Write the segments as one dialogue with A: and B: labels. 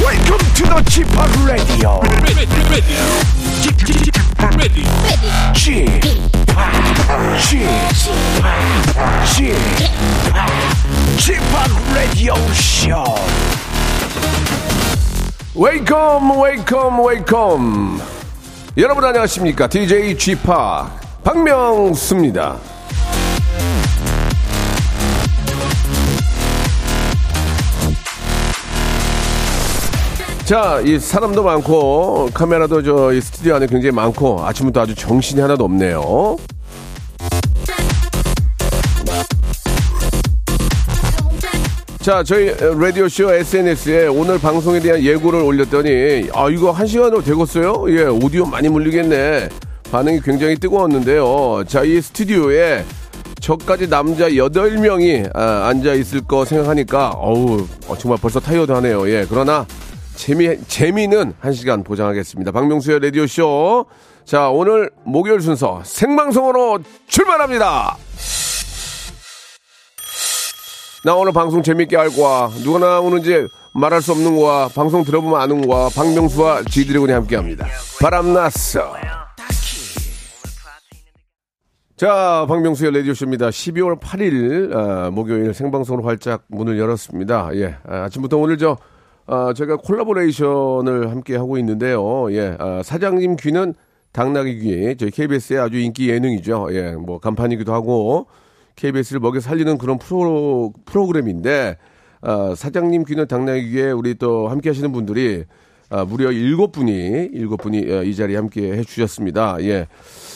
A: welcome to the Chip Radio.
B: ready, ready, ready, ready,
A: Chip, Chip, Chip, Chip Radio Show. Welcome, welcome, welcome. 여러분 안녕하십니까? DJ G p 박명수입니다. 자, 이 사람도 많고 카메라도 저 이 스튜디오 안에 굉장히 많고 아침부터 아주 정신이 하나도 없네요. 자, 저희 라디오 쇼 SNS에 오늘 방송에 대한 예고를 올렸더니 아 이거 한 시간으로 되겠어요? 예, 오디오 많이 물리겠네. 반응이 굉장히 뜨거웠는데요. 자, 이 스튜디오에 저까지 남자 8명이 앉아 있을 거 생각하니까 어우, 어, 정말 벌써 타이어드 하네요. 예. 그러나 재미 재미는 한 시간 보장하겠습니다. 박명수의 라디오 쇼. 자, 오늘 목요일 순서 생방송으로 출발합니다. 나 오늘 방송 재밌게 할 거야. 누가 나오는지 말할 수 없는 거야. 방송 들어보면 아는 거야. 박명수와 지드래곤이 함께 합니다. 바람났어. 자, 박명수의 라디오쇼입니다. 12월 8일, 아, 목요일 생방송으로 활짝 문을 열었습니다. 예. 아, 침부터 오늘 저, 아, 제가 콜라보레이션을 함께 하고 있는데요. 예. 아, 사장님 귀는 당나귀 귀. 저희 KBS의 아주 인기 예능이죠. 예. 뭐, 간판이기도 하고, KBS를 먹여 살리는 그런 프로, 프로그램인데, 아, 사장님 귀는 당나귀 귀에 우리 또 함께 하시는 분들이, 아, 무려 일곱 분이, 일곱 분이 어, 이 자리에 함께 해주셨습니다. 예.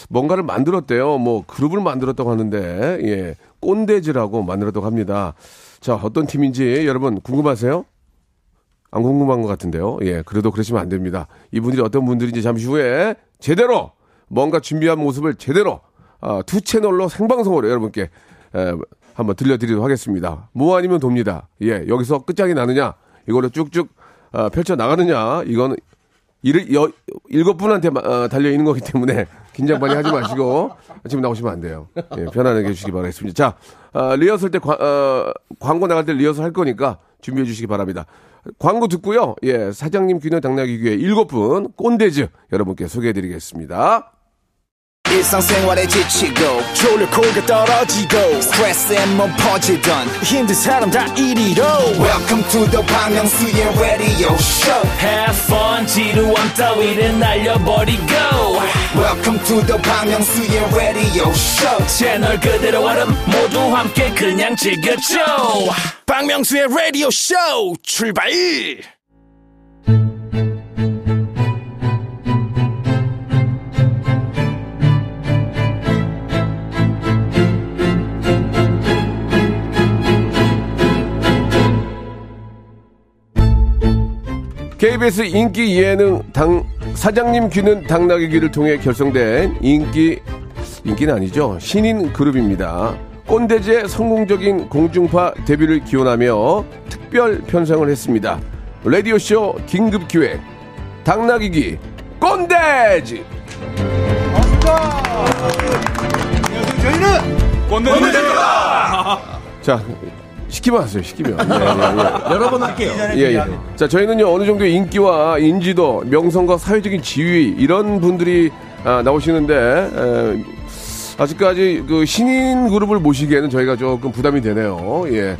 A: 뭔가를 만들었대요. 뭐, 그룹을 만들었다고 하는데, 예. 꼰대즈라고 만들었다고 합니다. 자, 어떤 팀인지 여러분 궁금하세요? 안 궁금한 것 같은데요. 예, 그래도 그러시면 안 됩니다. 이분들이 어떤 분들인지 잠시 후에 제대로 뭔가 준비한 모습을 제대로 아, 두 채널로 생방송으로 여러분께 에, 한번 들려드리도록 하겠습니다. 뭐 아니면 돕니다. 예, 여기서 끝장이 나느냐, 이걸로 쭉쭉 아, 펼쳐 나가느냐, 이건 일, 여, 일곱 분한테 마- 어, 달려 있는 거기 때문에 긴장 많이 하지 마시고 지금 나오시면 안 돼요. 예, 편안하게 해주시기 바라겠습니다. 자, 어, 리허설 때 과- 어, 광고 나갈 때 리허설 할 거니까 준비해 주시기 바랍니다. 광고 듣고요. 예, 사장님 귀는 당나귀 귀에 일곱 분 꼰대즈 여러분께 소개해 드리겠습니다.
C: 일상생활에 지치고, 졸려 코가 떨어지고, 스트레스에 몸 퍼지던, 힘든 사람 다 이리로. welcome to the Bang Myung-soo's radio show
D: Have fun 지루함 따위를 날려버리고
C: welcome to the Bang Myung-soo's radio show
D: 채널 그대로 얼음 모두 함께 그냥 즐겨줘
B: 박명수의 라디오 쇼 출발!
A: KBS 인기 예능 당 사장님 귀는 당나귀 귀를 통해 결성된 인기 인기는 아니죠 신인 그룹입니다. 꼰대제 성공적인 공중파 데뷔를 기원하며 특별 편성을 했습니다. 라디오 쇼 긴급 기획 당나귀 귀 꼰대즈 자 시키면 하세요 시키면 예, 예, 예.
E: 여러 번 할게요.
A: 예, 예. 자, 저희는요, 어느 정도의 인기와 인지도, 명성과 사회적인 지위, 이런 분들이 아, 나오시는데, 에, 아직까지 그 신인 그룹을 모시기에는 저희가 조금 부담이 되네요. 예.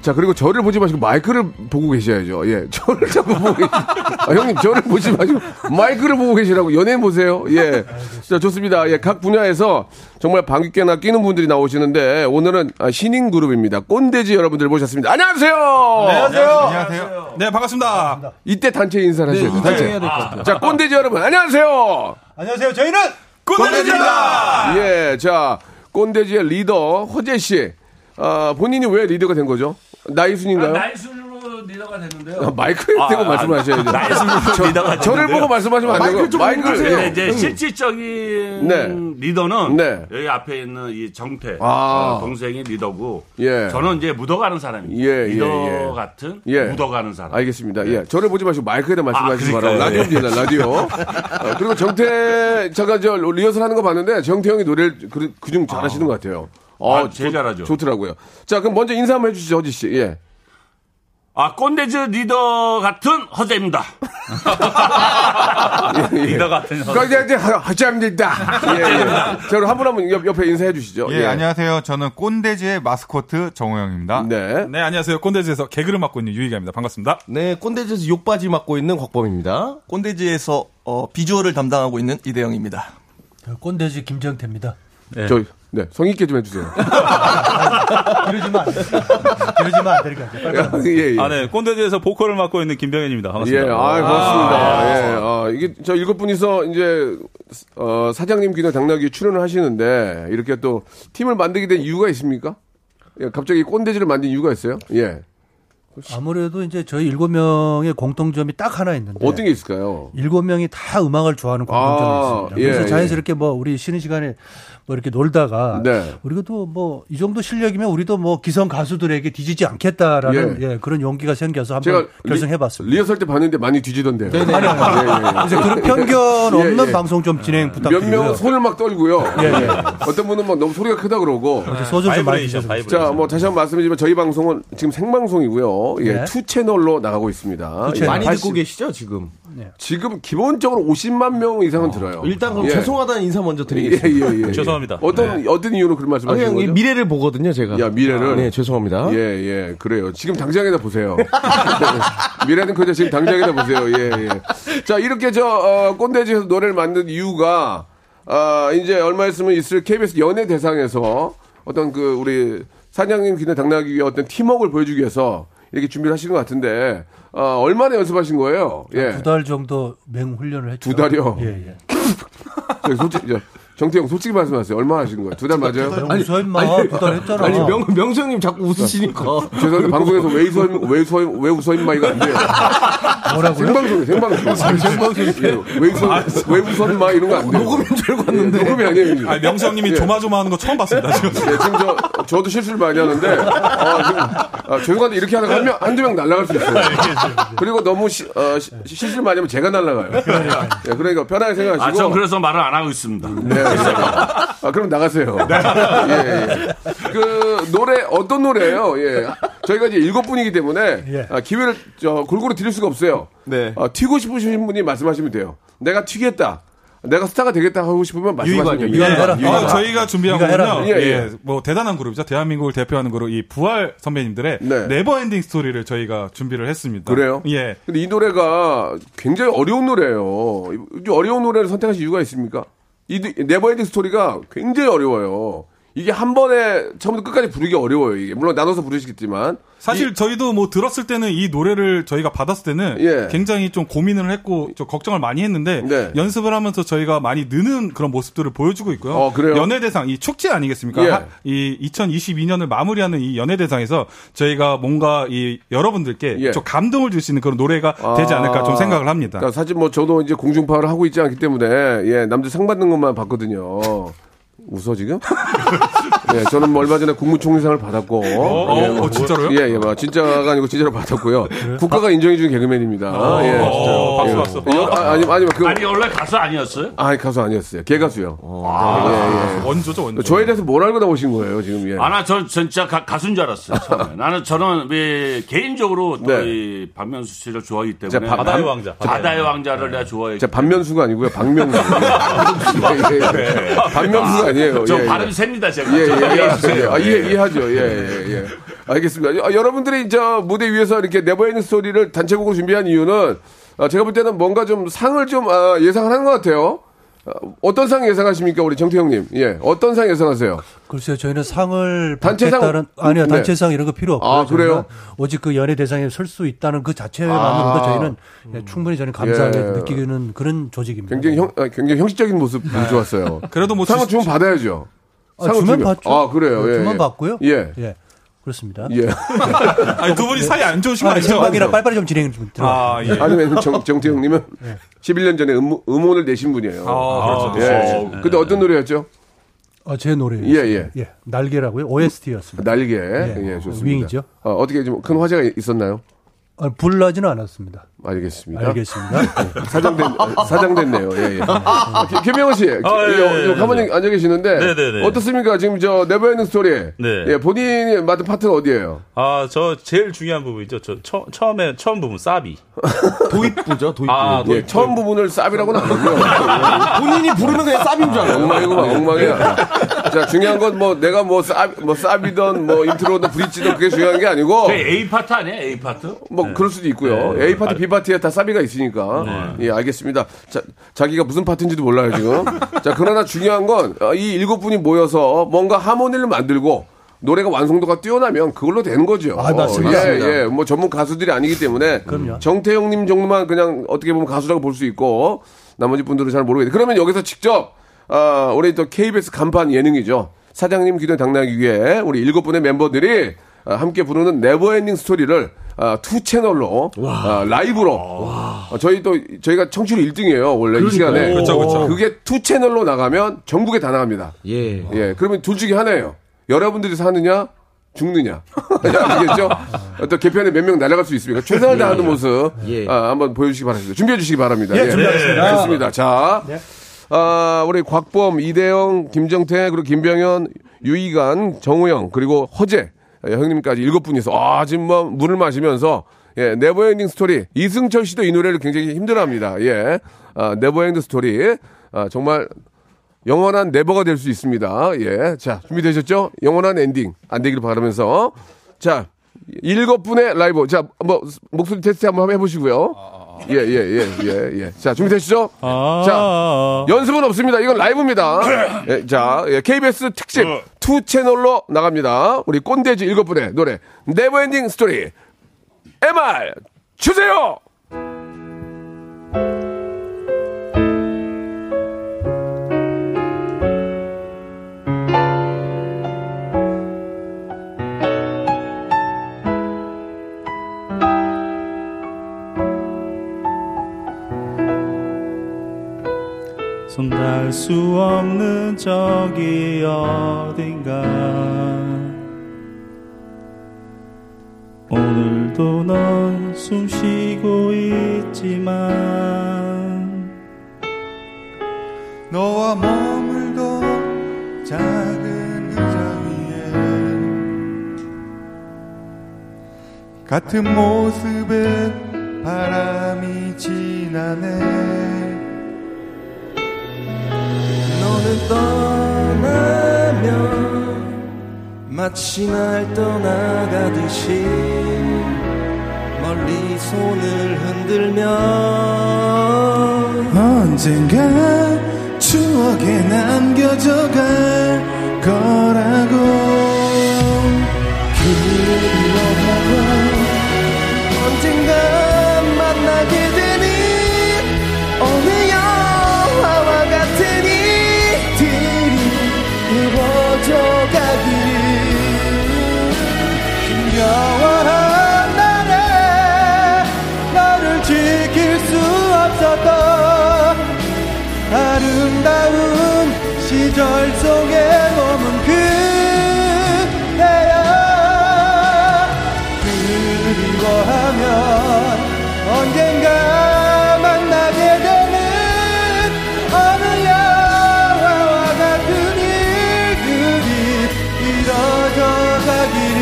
A: 자, 그리고 저를 보지 마시고 마이크를 보고 계셔야죠. 예. 저를 자꾸 보고 계시 아, 형님, 저를 보지 마시고 마이크를 보고 계시라고. 연예인 보세요. 예. 자, 좋습니다. 예. 각 분야에서 정말 방귀깨나 끼는 분들이 나오시는데 오늘은 아, 신인 그룹입니다. 꼰대지 여러분들 모셨습니다. 안녕하세요! 어,
E: 안녕하세요. 네, 반갑습니다.
A: 이때 단체 인사를 하셔야 돼요. 단체.
E: 네, 해야 될것 같아요.
A: 자, 꼰대지 여러분, 안녕하세요!
E: 안녕하세요. 저희는 꼰대입니다.
A: 예, 자, 꼰대지의 리더, 허재씨. 아, 본인이 왜 리더가 된 거죠? 나이
D: 어?
A: 순인가요?
D: 날술로 리더가 됐는데요
A: 아, 마이크에 대고 말씀하셔야 돼요.
D: 날술로 리더가 됐는데요
A: 저를 보고 말씀하시면 안 되고 예. 마이크를
D: 근데 이제 실질적인
A: 네.
D: 리더는
A: 네.
D: 여기 앞에 있는 이 정태
A: 아.
D: 어, 동생이 리더고
A: 예.
D: 저는 이제 묻어가는 사람입니다
A: 예, 예,
D: 리더
A: 예.
D: 같은
A: 예.
D: 묻어가는 사람
A: 알겠습니다. 예, 저를 보지 마시고 마이크에다 말씀하시기
D: 아,
A: 바라고
D: 그러니까요.
A: 라디오입니다. 라디오. 어, 그리고 정태 제가 저 리허설 하는 거 봤는데 정태 형이 노래를 그, 그중 잘하시는 것 같아요. 어,
D: 제일 잘하죠.
A: 좋더라고요. 자, 그럼 먼저 인사 한번 해주시죠, 허지 씨. 예.
D: 아, 꼰대즈 리더 같은 허재입니다.
A: 예, 예.
D: 리더 같은 허재.
A: 그러니까 이제 하자입니다. 예, 예. 저로 한분 한 분 옆에 인사해 주시죠.
F: 예, 안녕하세요. 저는 꼰대지의 마스코트 정호영입니다.
A: 네.
E: 네, 안녕하세요. 꼰대즈에서 개그를 맡고 있는 유희가입니다. 반갑습니다.
G: 네, 꼰대지에서 욕바지 맡고 있는 곽범입니다.
H: 꼰대지에서 어, 비주얼을 담당하고 있는 이대영입니다.
I: 꼰대지 김정태입니다.
A: 저, 네. 성의 있게 좀 해주세요.
I: 이러지면 안 돼. 이러지면 안 되니까. 이제 빨리.
A: 예, 예.
J: 아, 네. 꼰대지에서 보컬을 맡고 있는 김병현입니다.
A: 예, 아,
J: 반갑습니다.
A: 고맙습니다. 예, 아, 이게 저 일곱 분이서 이제 어, 사장님 귀나 당나귀 출연을 하시는데 이렇게 또 팀을 만들게 된 이유가 있습니까? 예, 갑자기 꼰대지를 만든 이유가 있어요? 예,
I: 아무래도 이제 저희 일곱 명의 공통점이 딱 하나 있는데.
A: 어떤 게 있을까요?
I: 일곱 명이 다 음악을 좋아하는 공통점이
A: 아,
I: 있습니다.
A: 예,
I: 그래서
A: 예.
I: 자연스럽게 뭐 우리 쉬는 시간에 뭐 이렇게 놀다가
A: 네.
I: 우리가 또 뭐 이 정도 실력이면 우리도 뭐 기성 가수들에게 뒤지지 않겠다라는
A: 예.
I: 예, 그런 용기가 생겨서
A: 제가
I: 한번
A: 리-
I: 결승해봤습니다.
A: 리허설 때 봤는데 많이 뒤지던데요. 네네.
I: 그래서 그런 편견 없는
A: 예, 예.
I: 방송 좀 진행
A: 몇 명은
I: 부탁드리고요. 예,
A: 손을 막 떨고요. 어떤 분은 막 너무 소리가 크다 그러고.
I: 소주 좀 많이 주세요.
A: 자, 뭐 다시 한 번 말씀드리지만 저희 방송은 지금 생방송이고요. 예,
I: 네.
A: 투 채널로 나가고 있습니다.
I: 채널. 많이
A: 예,
G: 많이
A: 80
G: 듣고 계시죠, 지금?
A: 지금 기본적으로 50만 명 이상은 들어요.
G: 일단 그럼
A: 예.
G: 죄송하다는 인사 먼저 드리겠습니다.
A: 예예예.
J: 죄송합니다. 네.
A: 어떤 어떤 이유로 그런
G: 아,
A: 말씀하시는
G: 그냥
A: 거죠?
G: 미래를 보거든요, 제가.
A: 야, 미래를?
G: 네, 죄송합니다.
A: 예, 예, 그래요. 지금 당장에다 보세요. 미래는 그저 지금 당장에다 보세요. 예, 예. 자, 이렇게 저, 어, 꼰대지에서 노래를 만든 이유가, 아, 이제 얼마 있으면 있을 KBS 연예 대상에서 어떤 그, 우리 사장님 귀나 당나귀 위해 어떤 팀워크를 보여주기 위해서 이렇게 준비를 하신 것 같은데, 어, 얼마나 연습하신 거예요?
G: 아,
A: 예.
I: 두 달 정도 맹훈련을 했죠.
A: 두 달이요?
I: 예, 예.
A: 저기 솔직히, 저, 정태형 솔직히 말씀하세요. 얼마 하신 거예요? 두 달 맞아요?
I: 아니, 웃어 임마. 두달 했잖아.
G: 아니, 명, 명성님 자꾸 웃으시니까.
A: 죄송한데 방송에서 왜 웃어 왜 웃어 왜 웃어 임마 이거 안 돼요.
I: 뭐라고요?
A: 생방송 생방송 생방송 예, 왜 웃어 왜 웃어 임마 이런 거 안 돼요. 녹음인 줄 알고 왔는데 녹음이 아니에요. 이거.
E: 아, 명성님이
A: 예.
E: 조마조마하는 거 처음 봤습니다, 지금.
A: 예, 지금 저 저도 실수를 많이 하는데 아, 지금, 아, 죄송한데 이렇게 하다가 한 명 한두 명 날라갈 수 있어요. 그리고 너무 시, 어, 시- 실수를 많이 하면 제가 날라가요. 예, 그러니까 편하게 생각하시고.
D: 아, 전 그래서 말을 안 하고 있습니다.
A: 네. 아, 그럼 나가세요.
E: 네.
A: 예, 예. 그, 노래, 어떤 노래예요? 예. 저희가 이제 일곱 분이기 때문에
I: 예.
A: 아, 기회를 저, 골고루 드릴 수가 없어요.
G: 네.
A: 아, 튀고 싶으신 분이 말씀하시면 돼요. 내가 튀겠다. 내가 스타가 되겠다 하고 싶으면 말씀하시면
G: 유희관이요,
A: 돼요.
I: 유희관.
A: 유희관.
I: 해라.
E: 아, 저희가 준비한
I: 네가 해라.
E: 거는요.
A: 예,
E: 예,
A: 예.
E: 뭐 대단한 그룹이죠. 대한민국을 대표하는 그룹 이 부활 선배님들의
A: 네.
E: 네. 버엔딩 스토리를 저희가 준비를 했습니다.
A: 그래요?
E: 예.
A: 근데 이 노래가 굉장히 어려운 노래예요. 이 어려운 노래를 선택하신 이유가 있습니까? 이 드- 네버엔딩 스토리가 굉장히 어려워요. 이게 한 번에 처음부터 끝까지 부르기 어려워요. 이게 물론 나눠서 부르시겠지만
E: 사실 저희도 뭐 들었을 때는 이 노래를 저희가 받았을 때는
A: 예.
E: 굉장히 좀 고민을 했고 좀 걱정을 많이 했는데
A: 네.
E: 연습을 하면서 저희가 많이 느는 그런 모습들을 보여주고 있고요.
A: 어, 그래요?
E: 연예대상 이 축제 아니겠습니까?
A: 예.
E: 하- 이 2022년을 마무리하는 이 연예대상에서 저희가 뭔가 이 여러분들께
A: 예.
E: 좀 감동을 줄 수 있는 그런 노래가
A: 아.
E: 되지 않을까 좀 생각을 합니다.
A: 그러니까 사실 뭐 저도 이제 공중파를 하고 있지 않기 때문에 예 남들 상 받는 것만 봤거든요. 웃어 지금? 예, 저는 뭐 얼마 전에 국무총리상을 받았고.
E: 어,
A: 예,
E: 어,
A: 뭐-
E: 진짜로요?
A: 예, 예, 뭐 진짜가 아니고 진짜로 받았고요. 국가가 인정해준 개그맨입니다. 예.
E: 어, 박수 박수.
A: 예, 아, 아니, 아니, 그,
D: 아니, 원래 가수 아니었어요?
A: 아니, 가수 아니었어요. 개가수요.
E: 원조죠 원조.
A: 저에 대해서 뭘 알고 나오신 거예요, 지금, 예.
J: 네.
D: 아, 나, 전 진짜 가, 가수인 줄 알았어요. 처음에. 나는, 저는, 왜, 개인적으로, 또,
A: 네.
D: 이, 박명수 씨를 좋아하기 때문에.
A: 자, 바-
J: 바다의 왕자. 네.
D: 바다의 왕자를 내가 좋아해.
A: 제 반면수가 아니고요, 박명수. 예, 예, 예. 반면수가 아니에요.
D: 저
A: 예, 예.
D: 발음 셉니다, 제가.
A: 예, 예, 예,
D: 저
A: 예.
D: 이해해주세요.
A: 아, 이해, 이해하죠. 예, 예, 예. 알겠습니다. 아, 여러분들이 저 무대 위에서 이렇게 네버엔딩 스토리를 단체곡으로 준비한 이유는 아, 제가 볼 때는 뭔가 좀 상을 좀 아, 예상을 하는 것 같아요. 아, 어떤 상 예상하십니까, 우리 정태 형님? 예, 어떤 상 예상하세요?
I: 글쎄요, 저희는 상을
A: 단체상?
I: 받겠다는 아니요
A: 네.
I: 단체상 이런 거 필요 없고
A: 아, 그래요?
I: 오직 그 연예 대상에 설 수 있다는 그 자체만으로도 저희는 예, 충분히 저는 감사하게
A: 아. 예.
I: 느끼는 그런 조직입니다.
A: 굉장히 형, 아, 굉장히 형식적인 모습 좋았어요.
E: 그래도 뭐
A: 상은
E: 주-
A: 주면 받아야죠.
I: 아, 주면
A: 주면-
I: 받죠. 네,
A: 아, 그래요. 예,
I: 주면
A: 예.
I: 받고요.
A: 예.
I: 그렇습니다.
A: 예.
E: 아니, 두
A: 네.
E: 분이 사이 안 좋으신 거
I: 아,
E: 아니죠?
I: 생방이라 빨리빨리 좀 진행 좀 들어. 아,
E: 아 예.
A: 아니면 정, 정태 형님은 11년 전에 음, 음원을 내신 분이에요.
E: 아, 그렇죠.
A: 예. 근데 어떤 노래였죠?
I: 어, 제 노래.
A: 예, 예.
I: 날개라고요. OST였습니다.
A: 날개. 예, 좋습니다.
I: 윙이죠.
A: 어, 어떻게 좀 큰 화제가 있었나요?
I: 아, 불나지는 않았습니다.
A: 알겠습니다.
I: 알겠습니다. 네.
A: 사장된 사장됐네요. 예, 예. 아, 김- 김명호 씨,
J: 예,
A: 예, 어,
J: 예,
A: 가만히 앉아 계시는데
J: 네, 네, 네.
A: 어떻습니까? 지금 저 네버엔딩 스토리.
J: 네.
A: 예, 본인이 맡은 파트는 어디예요?
J: 아, 저 제일 중요한 부분이죠. 저 처, 처음에 처음 부분 사비.
G: 도입부죠, 도입부.
J: 아,
D: 그
A: 예, 처음 부분을 쌉이라고는 안 하고요.
G: 본인이 부르면 그냥 쌉인 줄 알아요.
A: 엉망이구만, 엉망이야. 자, 중요한 건 뭐 내가 뭐 쌉, 뭐 쌉이든 뭐 인트로든 브릿지든 그게 중요한 게 아니고
D: 그 A 파트 아니야? A 파트?
A: 뭐 그럴 수도 있고요. A 파트, B 파트에 다 사비가 있으니까. 예, 알겠습니다. 자, 자기가 무슨 파트인지도 몰라요 지금. 자, 그러나 중요한 건 어, 이 일곱 분이 모여서 뭔가 하모니를 만들고 노래가 완성도가 뛰어나면 그걸로 되는 거죠.
I: 아, 맞습니다.
A: 예, 예. 뭐 전문 가수들이 아니기 때문에
I: 그럼요.
A: 정태영님 정도만 그냥 어떻게 보면 가수라고 볼 수 있고 나머지 분들은 잘 모르겠는데 그러면 여기서 직접 아, 올해 또 KBS 간판 예능이죠. 사장님 기도에 당나귀 위해 우리 일곱 분의 멤버들이 아, 함께 부르는 네버엔딩 스토리를 아, 투 채널로 아, 라이브로 아, 저희 또 저희가 청취율 1등이에요 원래 이 시간에
E: 그쵸, 그쵸.
A: 게투 채널로 나가면 전국에 다 나갑니다.
G: 예.
A: 예, 그러면 둘 중에 하나예요. 여러분들이 사느냐, 죽느냐. 알겠죠? 어떤 개편에 몇 명 날아갈 수 있습니까? 최선을 다하는 모습,
G: 예.
A: 아, 한번 보여주시기 바랍니다. 준비해 주시기 바랍니다.
I: 예, 준비하겠습니다.
A: 네, 알겠습니다. 자, 아, 우리 곽범, 이대영, 김정태, 그리고 김병현, 유희관, 정우영, 그리고 허재, 예, 형님까지 일곱 분이서, 아, 지금 뭐 물을 마시면서, 예, 네버엔딩 스토리. 이승철 씨도 이 노래를 굉장히 힘들어 합니다. 예. 아, 네버엔딩 스토리. 아, 정말 영원한 네버가 될 수 있습니다. 예. 자, 준비되셨죠? 영원한 엔딩. 안 되길 바라면서. 자, 일곱 분의 라이브. 자, 뭐, 목소리 테스트 한번 해보시고요. 예, 예, 예, 예, 예. 자, 준비되시죠? 자, 어. 연습은 없습니다. 이건 라이브입니다. 예, 자, 예, KBS 특집 투 채널로 나갑니다. 우리 꼰대지 일곱 분의 노래. 네버엔딩 스토리. MR 주세요!
J: 손닿을 수 없는 저기 어딘가 오늘도 넌 숨 쉬고 있지만
H: 너와 머물던 작은 의자 위에 같은 모습에 바람이 지나네 너는 떠나면 마치 날 떠나가듯이 멀리 손을 흔들면 언젠가 추억에 남겨져 갈 거라고 기억하고 언젠가 만나게 되니 어느 영화와 같은 이들이 이루어져가길 힘겨워한 날에 너를 지킬 수 없었던 아름다운 시절 속에 머문 그대야 그리워하면 언젠가 만나게 되는 어느 영화와 같은 일들이 이뤄져가기를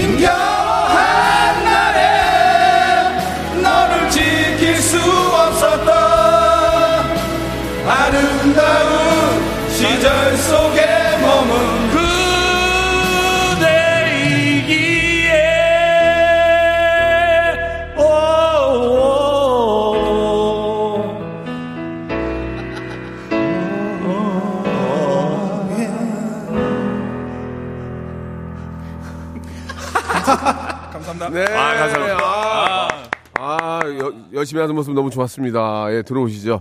H: 힘겨워한 날에 너를 지킬 수 없었던 아름다운 시절 속에 머문 그대이기에 오, 오, 오.
A: 네. 아, 감사합니다. 아, 여- 열심히 하는 모습 너무 좋았습니다. 예, 들어오시죠.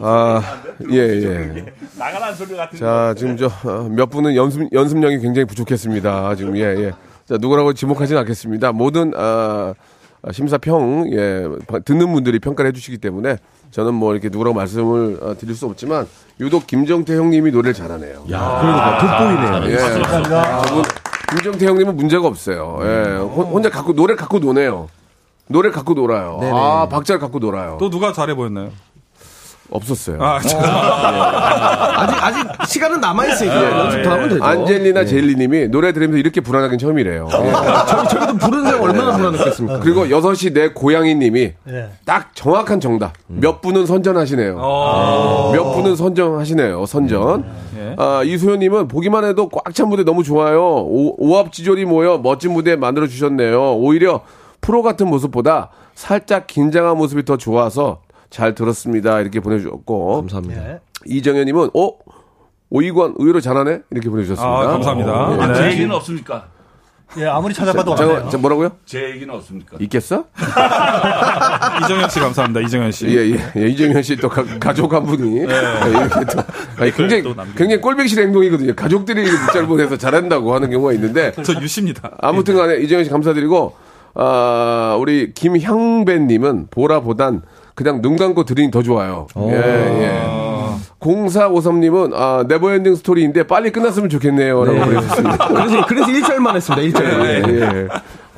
A: 아, 예, 예.
J: 나가란 소리 같은
A: 자, 지금 저 어, 몇 분은 연습, 연습량이 굉장히 부족했습니다. 지금, 예, 예. 자, 누구라고 지목하진 않겠습니다. 모든, 아, 심사평, 예, 듣는 분들이 평가를 해주시기 때문에 저는 뭐 이렇게 누구라고 말씀을 아, 드릴 수 없지만 유독 김정태 형님이 노래를 잘하네요. 아,
G: 야, 그러니까 돋보이네요.
A: 예. 저분, 김정태 형님은 문제가 없어요. 예. 혼- 혼자 갖고 노래 갖고 노네요. 노래 갖고 놀아요. 아 박자를 갖고 놀아요.
E: 또 누가 잘해 보였나요?
A: 없었어요.
E: 아,
G: 아직 아직 시간은 남아 있으니까 연습 더 예, 하면 되죠. 예. 아,
A: 안젤리나 젤리님이 노래 들으면서 이렇게 불안하긴 처음이래요. 예.
G: 저기 저기도 부르는 사람 얼마나 불안했겠습니까?
A: 그리고 6시 내 고양이님이
I: 예.
A: 딱 정확한 정답.
G: 음.
A: 몇 분은 선전하시네요.
E: 어.
A: 예. 몇 분은 선전하시네요. 선전.
E: 예.
A: 아, 이소연님은 보기만 해도 꽉 찬 무대 너무 좋아요. 오, 오합지졸이 모여 멋진 무대 만들어 주셨네요. 오히려 프로 같은 모습보다 살짝 긴장한 모습이 더 좋아서 잘 들었습니다. 이렇게 보내주셨고
G: 감사합니다.
F: 네.
I: 예.
A: 이정현님은 어 오이관 의외로 잘하네 이렇게 보내주셨습니다.
E: 아, 감사합니다.
A: 어, 예.
J: 네.
D: 제 얘기는 없습니까?
I: 예, 아무리 찾아봐도
A: 잠깐
I: 없네요.
A: 자, 뭐라고요?
D: 제 얘기는 없습니까?
A: 있겠어?
E: 이정현 씨 감사합니다. 이정현 씨.
A: 예, 예, 예. 이정현 씨 또 가족 한 분이 예, 이렇게 또 아니, 굉장히
D: 네. 또 남기고.
A: 굉장히 꼴뱅실 행동이거든요. 가족들이 이렇게 문자를 보내서 잘한다고 하는 경우가 있는데
E: 저 유씨입니다.
A: 아무튼간에 이정현 씨 감사드리고 아 우리 김향배님은 보라보단 그냥 눈 감고 들으니 더 좋아요. 예, 예.
D: 아.
A: 0453님은 아 네버엔딩 스토리인데 빨리 끝났으면 좋겠네요라고 보내주셨습니다.
G: 그래서 그래서 1절만 했습니다. 1절.
E: 네,
A: 예, 예.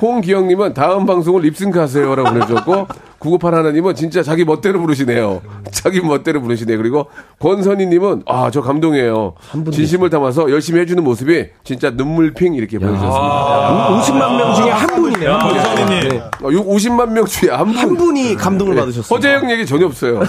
A: 홍기영님은 다음 방송을 립싱크하세요라고 보내주셨고 998 하나님은 진짜 자기 멋대로 부르시네요. 자기 멋대로 부르시네. 요 그리고 권선희님은 아 저 감동이에요. 진심을 담아서 열심히 해주는 모습이 진짜 눈물핑 이렇게 보내주셨습니다.
G: 50만 명 중에 한 분이네요. 한 분이.
E: 권선희님.
G: 네.
A: 어, 요 50만 명 중에 한 분.
G: 한 분이
F: 예.
G: 감동을 받으셨어요.
A: 허재영 얘기 전혀 없어요.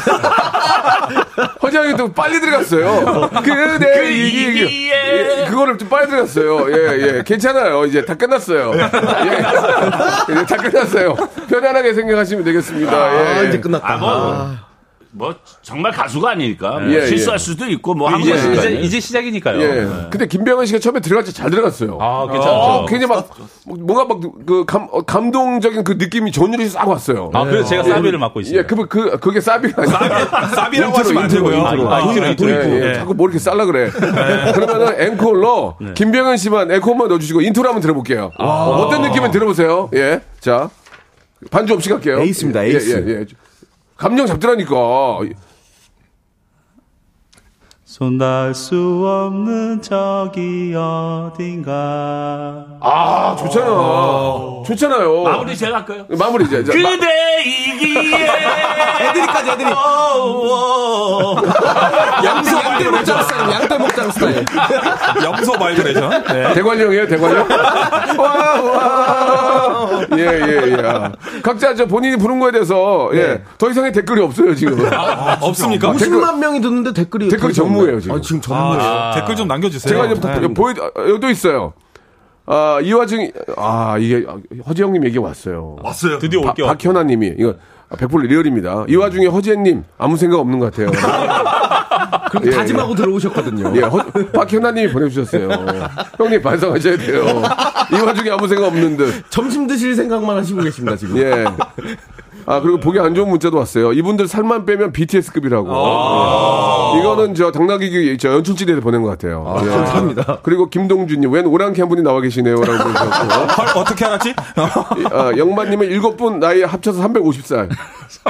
A: 허재영이 또 빨리 들어갔어요. 그대 이기 예, 그거를 좀 빨리 들어갔어요. 예, 예. 괜찮아요. 이제 다 끝났어요. 예. 이제 다 끝났어요. 편안하게 생각하시면 되겠습니다. 예, 예.
G: 이제 끝났다.
D: 아, 뭐, 뭐, 정말 가수가 아니니까. 뭐
A: 예,
D: 실수할
A: 예.
D: 수도 있고, 뭐, 한
A: 예,
D: 거니까.
A: 예.
J: 이제, 이제 시작이니까요.
A: 예. 근데 김병현 씨가 처음에 들어갈 때 잘 들어갔어요.
J: 아,
A: 어,
J: 괜찮죠.
A: 굉장히 막, 뭔가 막, 그, 감, 어, 감동적인 그 느낌이 전율이 싹 왔어요.
J: 아, 그래서 제가 사비를 맡고 있어요.
A: 예, 그, 그, 그게 사비가 아니에요.
E: 사비라고 하시면 안
A: 인트로,
E: 되고요.
A: 인트로.
E: 아, 인트로, 인트로.
A: 예, 예. 자꾸 뭐 이렇게 쌀라 그래. 그러면은 앵콜로 김병현 씨만 앵콜만 넣어주시고 인트로 한번 들어볼게요. 어떤 느낌은 들어보세요. 예. 자. 반주 없이 갈게요.
G: 에이스입니다, 에이스.
A: 예, 예, 예. 감정 잡더라니까.
J: 손닿을 수 없는 저기 어딘가.
A: 아, 좋잖아. 좋잖아요.
D: 마무리 제가 할까요?
A: 마무리 이제. 이제 마-
D: 그대 이기에.
G: 애들이까지 애들이. 양대 양대 목장 스타일. 양대 목장 스타일.
E: 염소 바이브레이션. 네.
A: 대관령이에요, 대관령? 와, 와. 예, 예, 예. 아. 각자 저 본인이 부른 거에 대해서, 예. 더 이상의 댓글이 없어요, 지금.
F: 아,
E: 없습니까?
G: 50만 명이 듣는데 아, 댓글이
A: 댓글이
G: 거의 없네.
A: 전무예요, 지금.
G: 아, 지금 전무예요.
E: 댓글 좀 남겨주세요.
A: 제가 좀 부탁-
G: 네.
F: 네.
A: 보여 아, 여기 또 있어요. 아, 이화증 아, 이게 아, 허재 형님 얘기 왔어요.
G: 아,
E: 왔어요.
G: 네,
E: 드디어
A: 바- 박현아 님이 이거 100% 리얼입니다. 이 와중에 허재 님 아무 생각 없는 것 같아요.
G: 그렇게 다짐하고 들어오셨거든요.
A: 예, 허, 박현아 님이 보내 주셨어요. 형님 반성하셔야 돼요. 이 와중에 아무 생각 없는 듯.
G: 점심 드실 생각만 하시고 계십니다 지금.
A: 예. 아 그리고 보기 안 좋은 문자도 왔어요. 이분들 살만 빼면 BTS급이라고. 예. 이거는 저 당나귀기 저 연출진에서 보낸 것 같아요. 예.
G: 아. 감사합니다.
A: 그리고 김동준님 웬 오랑캐 한 분이 나와 계시네요라고 보내셨고
E: 헐, 어떻게 알았지?
A: 아, 영만님은 일곱 분 나이 합쳐서 350살.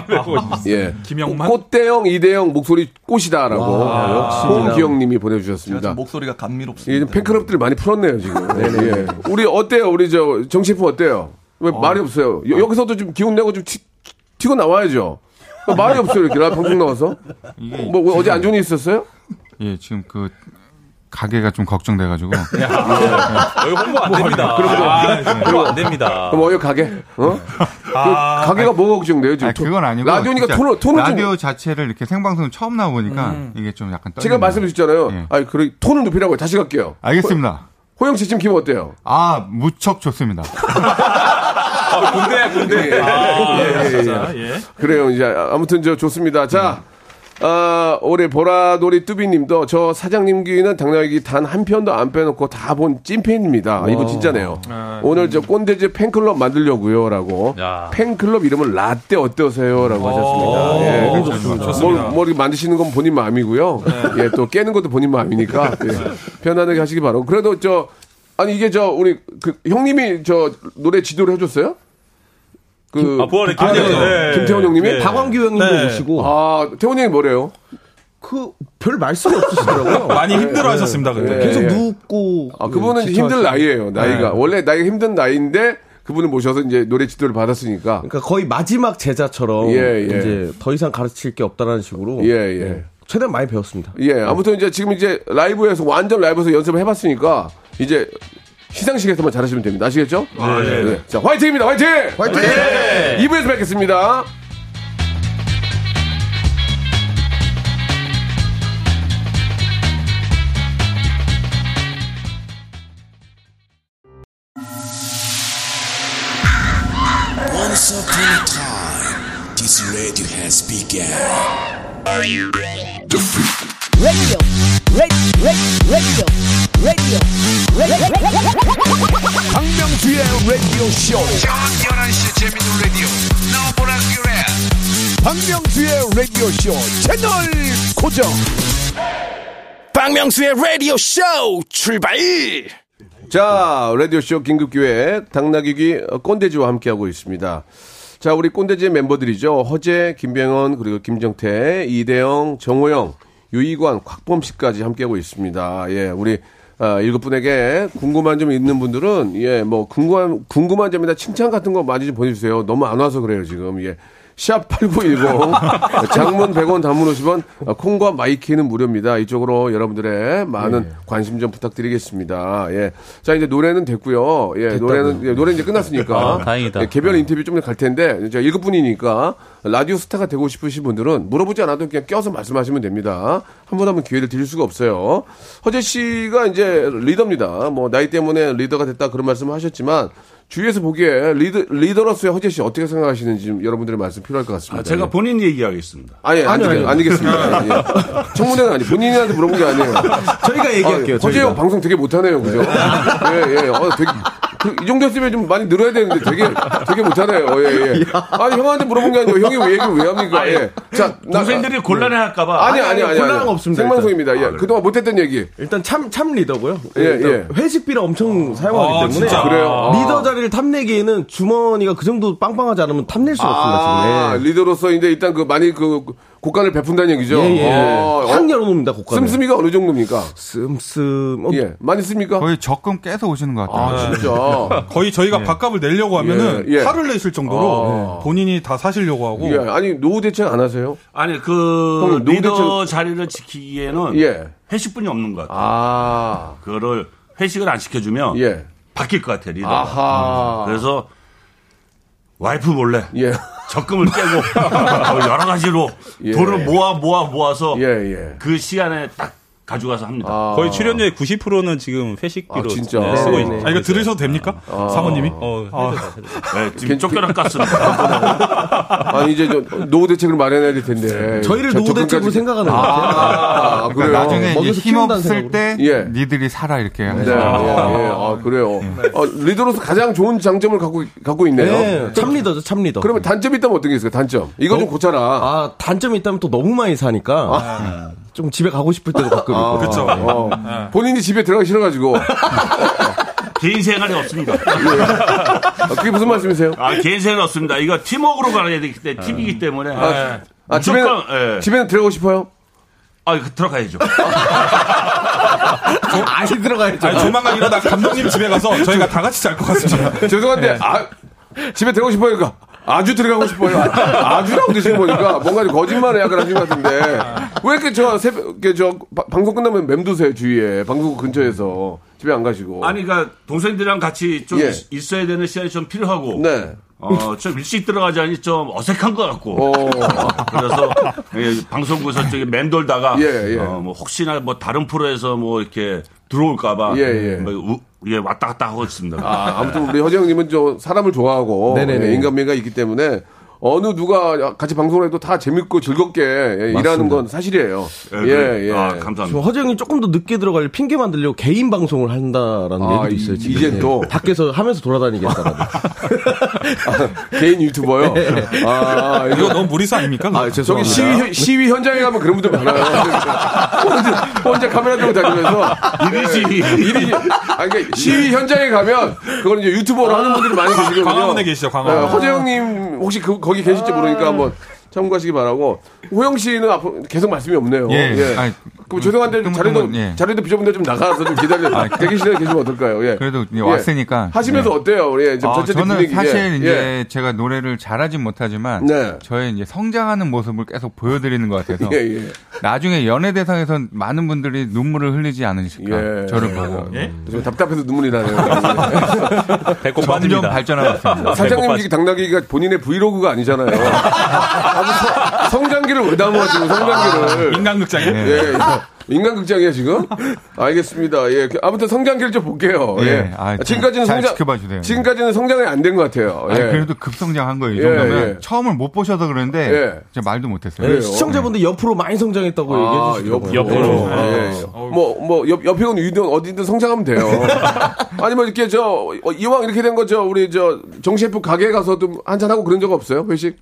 A: 350. 예.
E: 김영만?
A: 꽃대형 이대형 목소리 꽃이다라고 예, 홍기영님이 보내주셨습니다.
H: 목소리가
A: 이게 좀
H: 감미롭습니다.
A: 팬클럽들 많이 풀었네요 지금. 예. 우리 어때요? 우리 저 정치프 어때요? 왜 말이 없어요? 여, 여기서도 좀 기운 내고 좀 튀, 튀고 나와야죠. 왜 말이 없어요 이렇게 나 방송 나와서.
F: 이게
A: 뭐, 뭐 어제 안 좋은 일 있었어요?
F: 예, 지금 그 가게가 좀 걱정돼가지고
J: 여기 홍보 안 됩니다. 아, 홍보 안
A: 뭐,
J: 됩니다.
A: 그럼 어여 가게. 어? 그 가게가 뭐가 걱정돼요 지금?
F: 아니, 그건 아니고
A: 라디오니까
F: 진짜
A: 톤을 톤을 좀.
F: 라디오 자체를 이렇게 생방송 처음 나오니까 이게 좀 약간 떨
E: 음.
A: 제가 말씀드렸잖아요.
F: 예.
A: 아니 그래 톤을 높이라고 다시 갈게요.
F: 알겠습니다.
A: 호영 씨 지금 기분 어때요?
F: 아 무척 좋습니다.
A: 군대 아, 군대. 예. 그래요 이제 아무튼 저 좋습니다. 자. 아, 올해 보라돌이 뚜비님도 저 사장님 귀는 당나귀 단 한 편도 안 빼놓고 다 본 찐팬입니다. 아, 이분 진짜네요. 오늘 저 꼰대즈 팬클럽 만들려고요라고 팬클럽 이름을 라떼 어떠세요라고 하셨습니다.
F: 네,
A: 예. 좋습니다. 뭘, 뭘 만드시는 건 본인 마음이고요. 예, 또 깨는 것도 본인 마음이니까 예. 편안하게 하시기 바라고. 그래도 저 아니 이게 저 우리 그 형님이 저 노래 지도를 해줬어요? 그
J: 아, 부활의 김태훈.
A: 아, 네.
J: 네.
A: 김태훈 형님이
J: 네.
A: 박-
G: 박광규 형님도
J: 네.
G: 계시고
A: 아 태훈 형이 뭐래요?
G: 그 별 말씀이
F: 네.
G: 없으시더라고요.
E: 많이 힘들어하셨습니다 그때.
A: 예.
H: 네.
G: 계속 눕고.
A: 아, 그분은 힘들 나이예요
J: 네.
A: 나이가. 원래 나이가 힘든 나이인데 그분을 모셔서 이제 노래 지도를 받았으니까.
G: 그러니까 거의 마지막 제자처럼
A: 예, 예.
G: 이제 더 이상 가르칠 게 없다라는 식으로 네.
A: 예, 예.
G: 최대한 많이 배웠습니다.
A: 예, 아무튼 이제 지금 이제 라이브에서 완전 라이브에서 연습을 해봤으니까 이제 시상식에서만 잘하시면 됩니다. 아시겠죠? 예. 자, 화이팅입니다. 화이팅! 화이팅! 2부에서 뵙겠습니다.
B: Once upon a time, this radio has begun.
C: 박명수의 라디오 쇼. 저녁 11시 재밌는 라디오. 너보라 그래. 박명수의 라디오 쇼 채널 고정.
B: 박명수의 라디오 쇼 출발!
A: 자, 라디오쇼 긴급기획, 당나귀기 어, 꼰대지와 함께하고 있습니다. 자, 우리 꼰대지 멤버들이죠. 허재, 김병헌, 그리고 김정태, 이대영, 정호영, 유희관, 곽범식까지 함께하고 있습니다. 예, 우리 아, 일곱 분에게 궁금한 점이 있는 분들은 예, 뭐 궁금한 궁금한 점이나 칭찬 같은 거 많이 좀 보내주세요. 너무 안 와서 그래요 지금. 예. 샵8910 장문 100원 단문 50원 어, 콩과 마이키는 무료입니다. 이쪽으로 여러분들의 많은
J: 예.
A: 관심 좀 부탁드리겠습니다. 예. 자 이제 노래는 됐고요. 예, 노래는 예, 노래 이제 끝났으니까
J: 아, 다행이다.
A: 예, 개별 인터뷰 좀 갈 텐데 이제 일곱 분이니까 라디오 스타가 되고 싶으신 분들은 물어보지 않아도 그냥 껴서 말씀하시면 됩니다. 한 분 한 분 기회를 드릴 수가 없어요. 허재 씨가 이제 리더입니다. 뭐 나이 때문에 리더가 됐다 그런 말씀을 하셨지만 주위에서 보기에 리더, 리더로서의 허재 씨 어떻게 생각하시는지 좀 여러분들의 말씀 필요할 것 같습니다.
D: 아, 제가
A: 예.
D: 본인 얘기하겠습니다.
A: 아니, 아니,
G: 아니요,
A: 아니,
G: 아니요.
A: 아니겠습니다. 예. 청문회는 아니, 본인한테 물어본 게 아니에요.
G: 저희가 얘기할게요.
A: 아, 예. 허재
G: 저희가.
A: 형 방송 되게 못하네요, 그죠? 예, 예. 어, 되게, 그, 이 정도였으면 좀 많이 늘어야 되는데 되게, 되게 못하네요. 예, 예. 아니, 형한테 물어본 게 아니고, 형이 왜 얘기를 왜 합니까? 예. 자, 나-
D: 동생들이 곤란해할까봐.
A: 아니, 아니,
G: 아니,
A: 아니.
G: 곤란한
A: 아니.
G: 거 없습니다,
A: 생방송입니다. 예. 그동안 못했던 얘기.
G: 일단 참, 참 리더고요.
A: 예,
G: 일단
A: 예.
G: 회식비를 엄청 사용하기
E: 아,
G: 때문에.
E: 진짜?
A: 그래요? 아.
G: 리더 자리를 탐내기에는 주머니가 그 정도 빵빵하지 않으면 탐낼 수가 없습니다,
A: 아,
G: 지금. 예.
A: 리더로서 이제 일단 그 많이 그 곡간을 베푼다는 얘기죠.
G: 예, 예.
A: 어, 어,
G: 확 열어놓습니다, 곡간.
A: 씀씀이가 어느 정도입니까?
G: 씀씀. 어,
A: 예. 많이 씁니까?
F: 거의 적금 깨서 오시는 것 같아요.
A: 아,
G: 어.
A: 진짜.
E: 거의 저희가 밥값을 내려고 하면은
A: 예, 예.
E: 화를 내실 정도로 본인이 다 사시려고 하고
A: 예. 아니, 노후 대책 안 하세요?
D: 아니, 그,
A: 그럼 농구
D: 리더 자리를 지키기에는
A: 예.
D: 회식분이 없는 것 같아요.
A: 아.
D: 그거를 회식을 안 시켜주면
A: 예.
D: 바뀔 것 같아요, 리더. 가
A: 아하.
D: 그래서 와이프 몰래
A: 예.
D: 적금을 깨고 어, 여러 가지로
A: 예.
D: 돈을 모아 모아 모아서
A: 예, 아. 예.
D: 그 시간에 딱 가져가서 합니다.
J: 거의 출연료의 90%는 지금 회식비로
A: 아, 진짜?
J: 네, 쓰고
A: 네,
J: 있
A: 네.
E: 아 이거 들으셔도 됩니까? 사모님이? 어,
D: 네, 지금 쫓겨나 깠습니다.
A: 아니, 이제 저 노후 대책을 마련해야 될 텐데.
G: 저희를
A: 저-
G: 노후 대책으로
A: 접근까지-
G: 생각하는 것 같아요.
A: 아, 그래요?
F: 그러니까 나중에 이제
G: 먹여서
F: 힘
G: 키운다는
F: 없을 때
A: 생각으로. 예.
F: 니들이 살아 이렇게
A: 네,
F: 하면서.
A: 예, 예. 아, 그래요. 어, 리더로서 가장 좋은 장점을 갖고, 갖고 있네요.
G: 예. 참 리더죠, 참 리더.
A: 그러면 단점이 있다면 어떤 게 있어요? 단점. 이거 좀 고쳐라.
G: 아, 단점이 있다면 또 너무 많이 사니까.
A: 아.
G: 좀 집에 가고 싶을 때도 가끔 있고.
E: 그렇죠.
A: 어, 본인이 집에 들어가기 싫어가지고.
D: 개인 생활이 없습니다.
A: 아, 그게 무슨 말씀이세요?
D: 아, 개인 생활이 없습니다. 이거 팀워크로 가야 되기 때문에 팀이기 때문에. 아,
A: 아, 집에는,
D: 무조건, 예.
A: 집에는 들어가고 싶어요?
D: 아, 이거 들어가야죠.
G: 아예 들어가야죠.
E: 아니, 조만간 이러다 감독님 집에 가서 저희가 다 같이 잘 것 같습니다.
A: 죄송한데,
G: 네.
A: 아, 집에 들어가고 싶어요? 그러니까. 아주 들어가고 싶어요. 아주라고 드시는 거니까 뭔가 좀 거짓말을 약간 하신 것 같은데. 왜 이렇게 저 새벽, 이렇게 저 바- 방송 끝나면 맴도세요, 주위에. 방송 근처에서. 집에 안 가시고.
D: 아니, 그러니까 동생들이랑 같이 좀
A: 예.
D: 있- 있어야 되는 시간이 좀 필요하고.
A: 네.
D: 어, 좀 일찍 들어가자니 좀 어색한 것 같고.
A: 어,
D: 그래서 예, 방송국에서 저기 맴돌다가
A: 예, 예.
D: 어, 뭐 혹시나 뭐 다른 프로에서 뭐 이렇게 들어올까봐
A: 예, 예.
D: 뭐, 우- 예, 왔다 갔다 하고 있습니다.
A: 아, 아무튼 우리 허재 형님은 저 사람을 좋아하고.
G: 네네네.
A: 예, 인간미가 있기 때문에. 어느 누가 같이 방송을 해도 다 재밌고 즐겁게 예, 일하는 건 사실이에요.
D: 예,
A: 예,
D: 그래.
A: 예.
D: 아,
G: 저
D: 감사합니다.
G: 허정이 조금 더 늦게 들어갈 핑계 만들려고 개인 방송을 한다라는
A: 아,
G: 얘기도 있어요.
A: 이-
G: 지금.
A: 이젠
G: 예.
A: 또.
G: 밖에서 하면서 돌아다니겠다라고.
A: 개인 유튜버요?
G: 네.
A: 아,
E: 이거
A: 이거.
E: 너무 무리수 아닙니까?
G: 아, 죄송합니다.
A: 저기 시위, 시위 현장에 가면 그런 분들 많아요. 혼자, 혼자 카메라 들고 다니면서.
D: 이리지.
A: 일이, 아니, 그러니까 시위 현장에 가면, 그건 이제
F: 아,
A: 유튜버로 하는 분들이 많이 계시거든요.
E: 광화문에 계시죠, 광화문.
A: 네, 허재 형님, 혹시 그, 거기 계실지 모르니까 한번 참고하시기 바라고 호영 씨는 앞으로 계속 말씀이 없네요.
F: 예.
A: 예.
F: 아니,
A: 그럼 죄송한데
F: 음,
A: 자료도
F: 음, 예. 아, 그러니까.
A: 자료도 비좁은데 좀 나가서 좀 기다려 대기실에 계시면 어떨까요? 예.
F: 그래도 이제
A: 예.
F: 왔으니까.
A: 하시면서
F: 네.
A: 어때요? 예. 지금
F: 아,
A: 전체적인
F: 저는
A: 분위기.
F: 사실
A: 예.
F: 이제 제가 노래를 잘하진 못하지만
A: 네.
F: 저의 이제 성장하는 모습을 계속 보여드리는 것 같아서
A: 예, 예.
F: 나중에 연예대상에서 많은 분들이 눈물을 흘리지 않으실까
A: 예.
F: 저를 보고
A: 좀 답답해서 눈물이 나네요.
J: 배꼽
F: 점점
J: 빠집니다.
F: 발전하고 있습니다.
A: 사장님
J: 배고파서.
A: 지금 당나귀가 본인의 브이로그가 아니잖아요. 아주 성- 성장기를 왜 담아가지고 성장기를.
E: 인간극장에
A: 예, 예. 인간극장이야 지금? 알겠습니다. 예, 아무튼 성장기를 좀 볼게요. 예.
F: 예, 아,
A: 지금까지는
F: 잘
A: 성장
F: 지켜봐 주세요.
A: 지금까지는 성장이 안 된 것 같아요.
F: 아니,
A: 예.
F: 그래도 급성장한 거예요. 이
A: 예,
F: 정도면
A: 예.
F: 처음을 못 보셔서 그런데
A: 예.
F: 진짜 말도 못했어요.
A: 그래요?
G: 시청자분들 옆으로 많이 성장했다고
A: 아,
G: 얘기해 주시고.
A: 옆으로.
J: 옆으로.
A: 예, 예. 뭐, 뭐, 옆, 옆에 온 위든 어디든 성장하면 돼요. 아니면 이렇게 저, 어, 이왕 이렇게 된 거죠. 우리 저, 정셰프 가게 가서 좀 한잔하고 그런 적 없어요? 회식?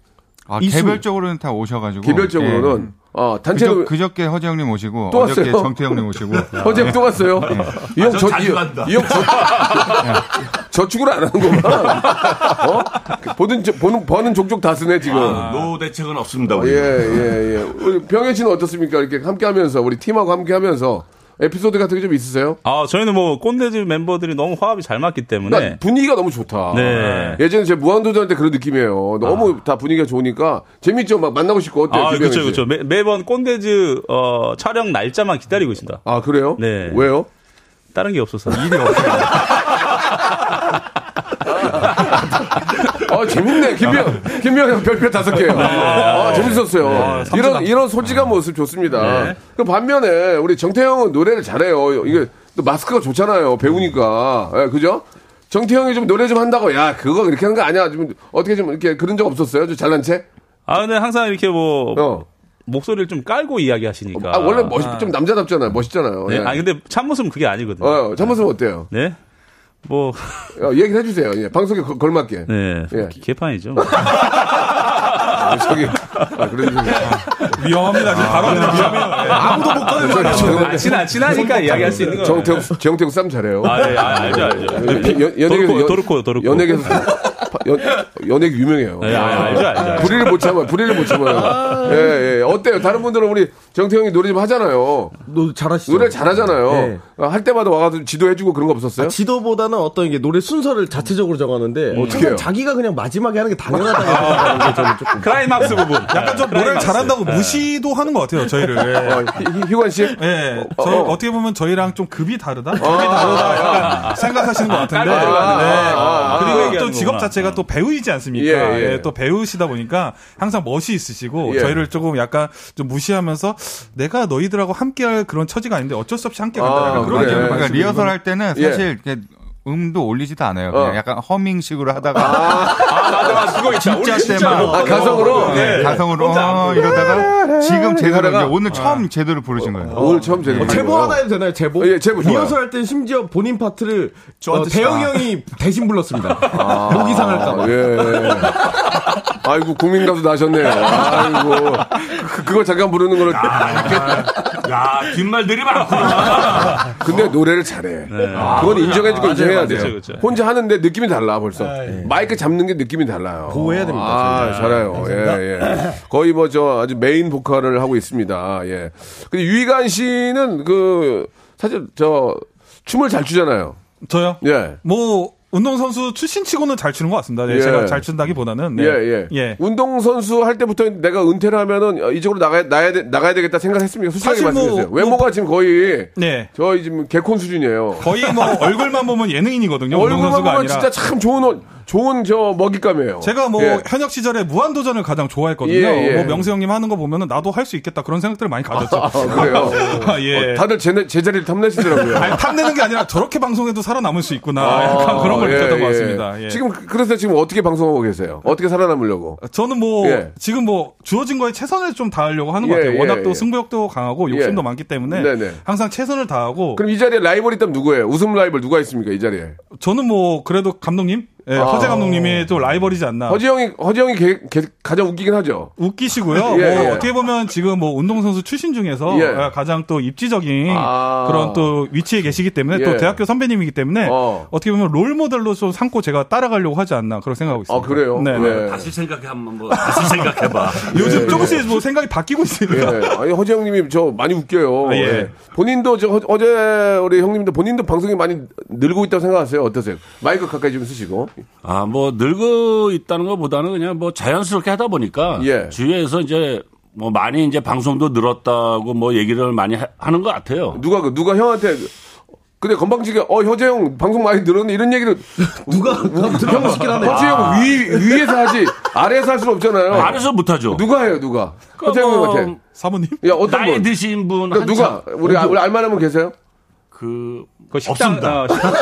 F: 아,
G: 이수.
F: 개별적으로는 다 오셔가지고
I: 뭐,
A: 개별적으로는.
F: 예.
A: 어, 단체로.
F: 그저, 그저께 허재영님 오시고
A: 또
F: 어저께
A: 왔어요?
F: 정태영님 오시고
A: 어제 또 왔어요. 이형
D: 저
A: 저,
D: 자주
A: 이형-
D: 간다.
A: 이형 저, 저축을 안 하는 거구만. 어? 보는, 저- 보는, 버는 족족 다 쓰네, 지금.
D: 아. 노 대책은 없습니다.
A: 예,
D: 우리.
A: 예, 예. 우리 병현 씨는 어떻습니까? 이렇게 함께 하면서, 우리 팀하고 함께 하면서 에피소드 같은 게 좀 있으세요?
J: 아, 저희는 뭐 꼰대즈 멤버들이 너무 화합이 잘 맞기 때문에
A: 그러니까 분위기가 너무 좋다.
J: 아, 네.
A: 예전에 제 무한도전 때 그런 느낌이에요. 너무 다 분위기가 좋으니까 재밌죠. 막 만나고 싶고 어때요?
J: 아,
A: 김병현
J: 그렇죠,
A: 씨?
J: 그렇죠. 매, 매번 꼰대즈 어, 촬영 날짜만 기다리고 있습니다.
A: 아 그래요?
J: 네.
A: 왜요?
J: 다른 게 없어서.
A: 아 재밌네. 김병 김병현 별표 다섯 개요. 아 재밌었어요. 이런 이런 솔직한 모습 좋습니다. 그 반면에 우리 정태형은 노래를 잘해요. 이게 또 마스크가 좋잖아요. 배우니까 예, 그죠? 정태형이 좀 노래 좀 한다고 야 그거 그렇게 하는 거 아니야. 좀 어떻게 좀 이렇게 그런 적 없었어요? 좀 잘난 체?
J: 아, 근데 항상 이렇게 뭐
A: 어.
J: 목소리를 좀 깔고 이야기하시니까.
A: 아 원래 멋있 좀 남자답잖아요. 멋있잖아요.
J: 네.
A: 예.
J: 아, 근데 참모습은 그게 아니거든요.
A: 어, 참모습 어때요?
J: 네. 뭐,
A: 어, 얘기를 해주세요. 예, 방송에 거- 걸맞게.
J: 네.
A: 예.
J: 개- 개판이죠.
A: 아, 저기, 아, 그런 좀.
E: 위험합니다. 지금 바로 앞에 위험해요.
A: 아무도 못 가는 거야.
J: 친하, 친하니까 이야기할 수 있는 거예요.
A: 정태욱, 정태욱 쌈 잘해요.
J: 아, 네, 아, 알죠, 알죠.
A: 연- 연예계-
J: 도르코,
A: 연-
J: 도르코, 도르코.
A: 연예계에서 연, 연예계 유명해요.
J: 네, 아, 알죠, 알죠. 알죠.
A: 불의를 못 참아요. 불의를 못 참아요. 예, 예. 어때요? 다른 분들은 우리 정태형이 노래 좀 하잖아요.
J: 그렇죠.
G: 노 잘하시죠.
A: 노래 잘하잖아요.
G: 네.
A: 어, 할 때마다 와가지고 지도해주고 그런 거
J: 아,
A: 없었어요?
G: 지도보다는 어떤 이게 노래 순서를 자체적으로 정하는데
A: 음. 어떻게 해요? 아.
G: 항상 자기가 그냥 마지막에 하는 게 당연하다고 생각하는 게 저는 조금
J: 크라이막스 부분. 약간
E: 좀 노래를 잘한다고 무시도 하는 것 같아요. 저희를.
A: 어, 희- 희관 씨?
E: 예,
A: 어,
E: 저희
A: 어.
E: 어떻게 보면 저희랑 좀 급이 다르다, 급이 다르다 약간
A: 아.
E: 생각하시는 것 같은데,
J: 깔고 들어가는
E: 네.
J: 거. 아,
E: 그리고
J: 아,
E: 또
J: 아,
E: 직업
J: 아.
E: 자체가 또 배우이지 않습니까?
A: 어. 예, 예.
E: 예, 또 배우시다 보니까 항상 멋이 있으시고
A: 예.
E: 저희를 조금 약간 좀 무시하면서 내가 너희들하고 함께할 그런 처지가 아닌데 어쩔 수 없이 함께 간다.
A: 아,
E: 약간 그런
A: 그래.
E: 느낌.
F: 그러니까 리허설 할 때는
A: 예.
F: 사실 이렇게 음도 올리지도 않아요. 그냥
A: 어.
F: 약간 허밍식으로 하다가
J: 아, 맞아, 맞아. 그거 있다. 우리
F: 진짜
J: 진짜.
F: 때만.
J: 뭐-
A: 아, 가성으로?
F: 네, 가성으로 어, 이러다가 지금 제대로 이제 오늘
E: 아.
F: 처음 제대로 부르신
J: 어.
F: 거예요.
E: 어,
A: 오늘 처음 제가.
G: 제보 하나 해도 되나요? 제보?
A: 예, 제보 좋아요.
G: 리허설 할 때 심지어 본인 파트를 어,
F: 저한테 아.
G: 대형
F: 시켜.
G: 형이 대신 불렀습니다. 목 이상할까봐.
A: 아, 예. 아이고 국민 가수 나셨네요. 아이고 그- 그거 잠깐 부르는 걸로.
J: 아,
A: 예.
D: 야, 뒷말들이
A: 아,
D: 많구나.
A: 근데 노래를 잘해. 그건 인정해주고 인정해야 돼요.
J: 그렇죠, 그렇죠.
A: 혼자 하는데 느낌이 달라 벌써. 마이크 잡는 게 느낌이 달라요.
G: 보호해야 됩니다,
A: 아 잘해요. 예 예. 거의 뭐 저 아주 메인 보컬을 하고 있습니다. 예. 근데 유희관 씨는 그 사실 저 춤을 잘 추잖아요.
E: 저요?
A: 예.
E: 뭐 운동선수 출신치고는 잘 추는 것 같습니다. 네,
A: 예.
E: 제가 잘 춘다기보다는. 네.
A: 예, 예. 운동선수 할 때부터 내가 은퇴를 하면은 어, 이쪽으로 나가야, 나야 돼- 나가야 되겠다 생각했습니까? 솔직하게
E: 사실 뭐-
A: 말씀해주세요.
E: 뭐-
A: 외모가 지금 거의
E: 네.
A: 저희 지금 개콘 수준이에요.
E: 거의 뭐 얼굴만 보면 예능인이거든요.
A: 얼굴만
E: 운동선수가
A: 보면
E: 네, 아니라.
A: 진짜 참 좋은, 옷, 좋은 저 먹잇감이에요.
E: 제가 뭐
A: 예.
E: 현역 시절에 무한도전을 가장 좋아했거든요.
A: 예, 예.
E: 뭐 명수 형님 하는 거 보면은 나도 할 수 있겠다 그런 생각들을 많이 가졌죠.
A: 아, 그래요?
E: 아, 예.
A: 어, 다들 제, 제자리를 탐내시더라고요.
E: 아니, 탐내는 게 아니라 저렇게 방송해도 살아남을 수 있구나. 약간 그런 걸
A: 예,
E: 느꼈던 것
A: 예.
E: 같습니다. 예.
A: 지금, 그- 그래서 지금 어떻게 방송하고 계세요? 어떻게 살아남으려고?
E: 저는 뭐
A: 예.
E: 지금 뭐 주어진 거에 최선을 좀 다하려고 하는 것
A: 예,
E: 같아요.
A: 예,
E: 워낙 또
A: 예.
E: 승부욕도 강하고 욕심도
A: 예.
E: 많기 때문에
A: 네네.
E: 항상 최선을 다하고
A: 그럼 이 자리에 라이벌 있다면 누구예요? 웃음 라이벌 누가 있습니까? 이 자리에.
E: 저는 뭐 그래도 감독님 예, 허재 감독님이 또 라이벌이지 않나.
A: 허지 형이 허지 형이 개, 개, 가장 웃기긴 하죠.
E: 웃기시고요.
A: 예,
E: 뭐
A: 예.
E: 어떻게 보면 지금 뭐 운동선수 출신 중에서 아,
A: 예.
E: 가장 또 입지적인
A: 아.
E: 그런 또 위치에 계시기 때문에
A: 예.
E: 또 대학교 선배님이기 때문에
A: 어.
E: 어. 떻게 보면 롤 모델로 좀 삼고 제가 따라가려고 하지 않나 그런
A: 아
E: 생각하고 있습니다.
A: 그래요.
E: 네.
A: 예.
D: 다시 생각해 한번 뭐 다시 생각해봐.
E: 요즘 조금씩 뭐 생각이 바뀌고
A: 예.
E: 있으니까.
A: 아니 허지 형님이 저 많이 웃겨요.
E: 아, 예.
A: 예. 본인도 저 허- 어제 우리 형님도 본인도 방송이 많이 늘고 있다고 생각하세요? 어떠세요? 마이크 가까이 좀 쓰시고.
D: 아, 뭐 늘고 있다는 것보다는 그냥 뭐 자연스럽게 하다 보니까
A: 예.
D: 주위에서 이제 뭐 많이 이제 방송도 늘었다고 뭐 얘기를 많이 하, 는것 같아요.
A: 누가 그- 누가 형한테 근데 건방지게 어 효재 형 방송 많이 늘었네 이런 얘기를
G: 누가 들평을 시키라네 아.
A: 허재 형위 위에서 하지 아래에서 할 수는 없잖아요.
D: 안에서 못하죠.
A: 누가 해요 누가? 허재
D: 뭐
A: 형한테.
E: 사모님?
A: 야 어떤
D: 나이 어.
A: 분?
D: 드신 분
A: 그러니까
D: 한참
A: 누가 우리 아- 우리 알만한 분 계세요?
D: 그
J: 그 식당,
D: 없습니다.
J: 어, 식당.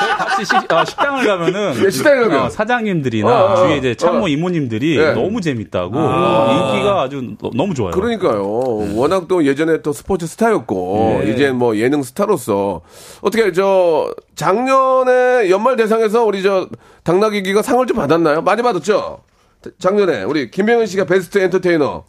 J: 저희 같이 시, 어, 식당을 가면은
A: 예, 식당에 가면.
J: 어, 사장님들이나
A: 어, 어,
J: 주위에 이제 참모
A: 어.
J: 이모님들이
A: 예. 아.
J: 너무 재밌다고 인기가 아주 너- 너무 좋아요.
A: 그러니까요.
D: 네.
A: 워낙 또 예전에 또 스포츠 스타였고 이제 뭐 예능 스타로서 어떻게 저 작년에 연말 대상에서 우리 저 당나귀기가 상을 좀 받았나요? 많이 받았죠. 작년에 우리 김병현 씨가 베스트 엔터테이너,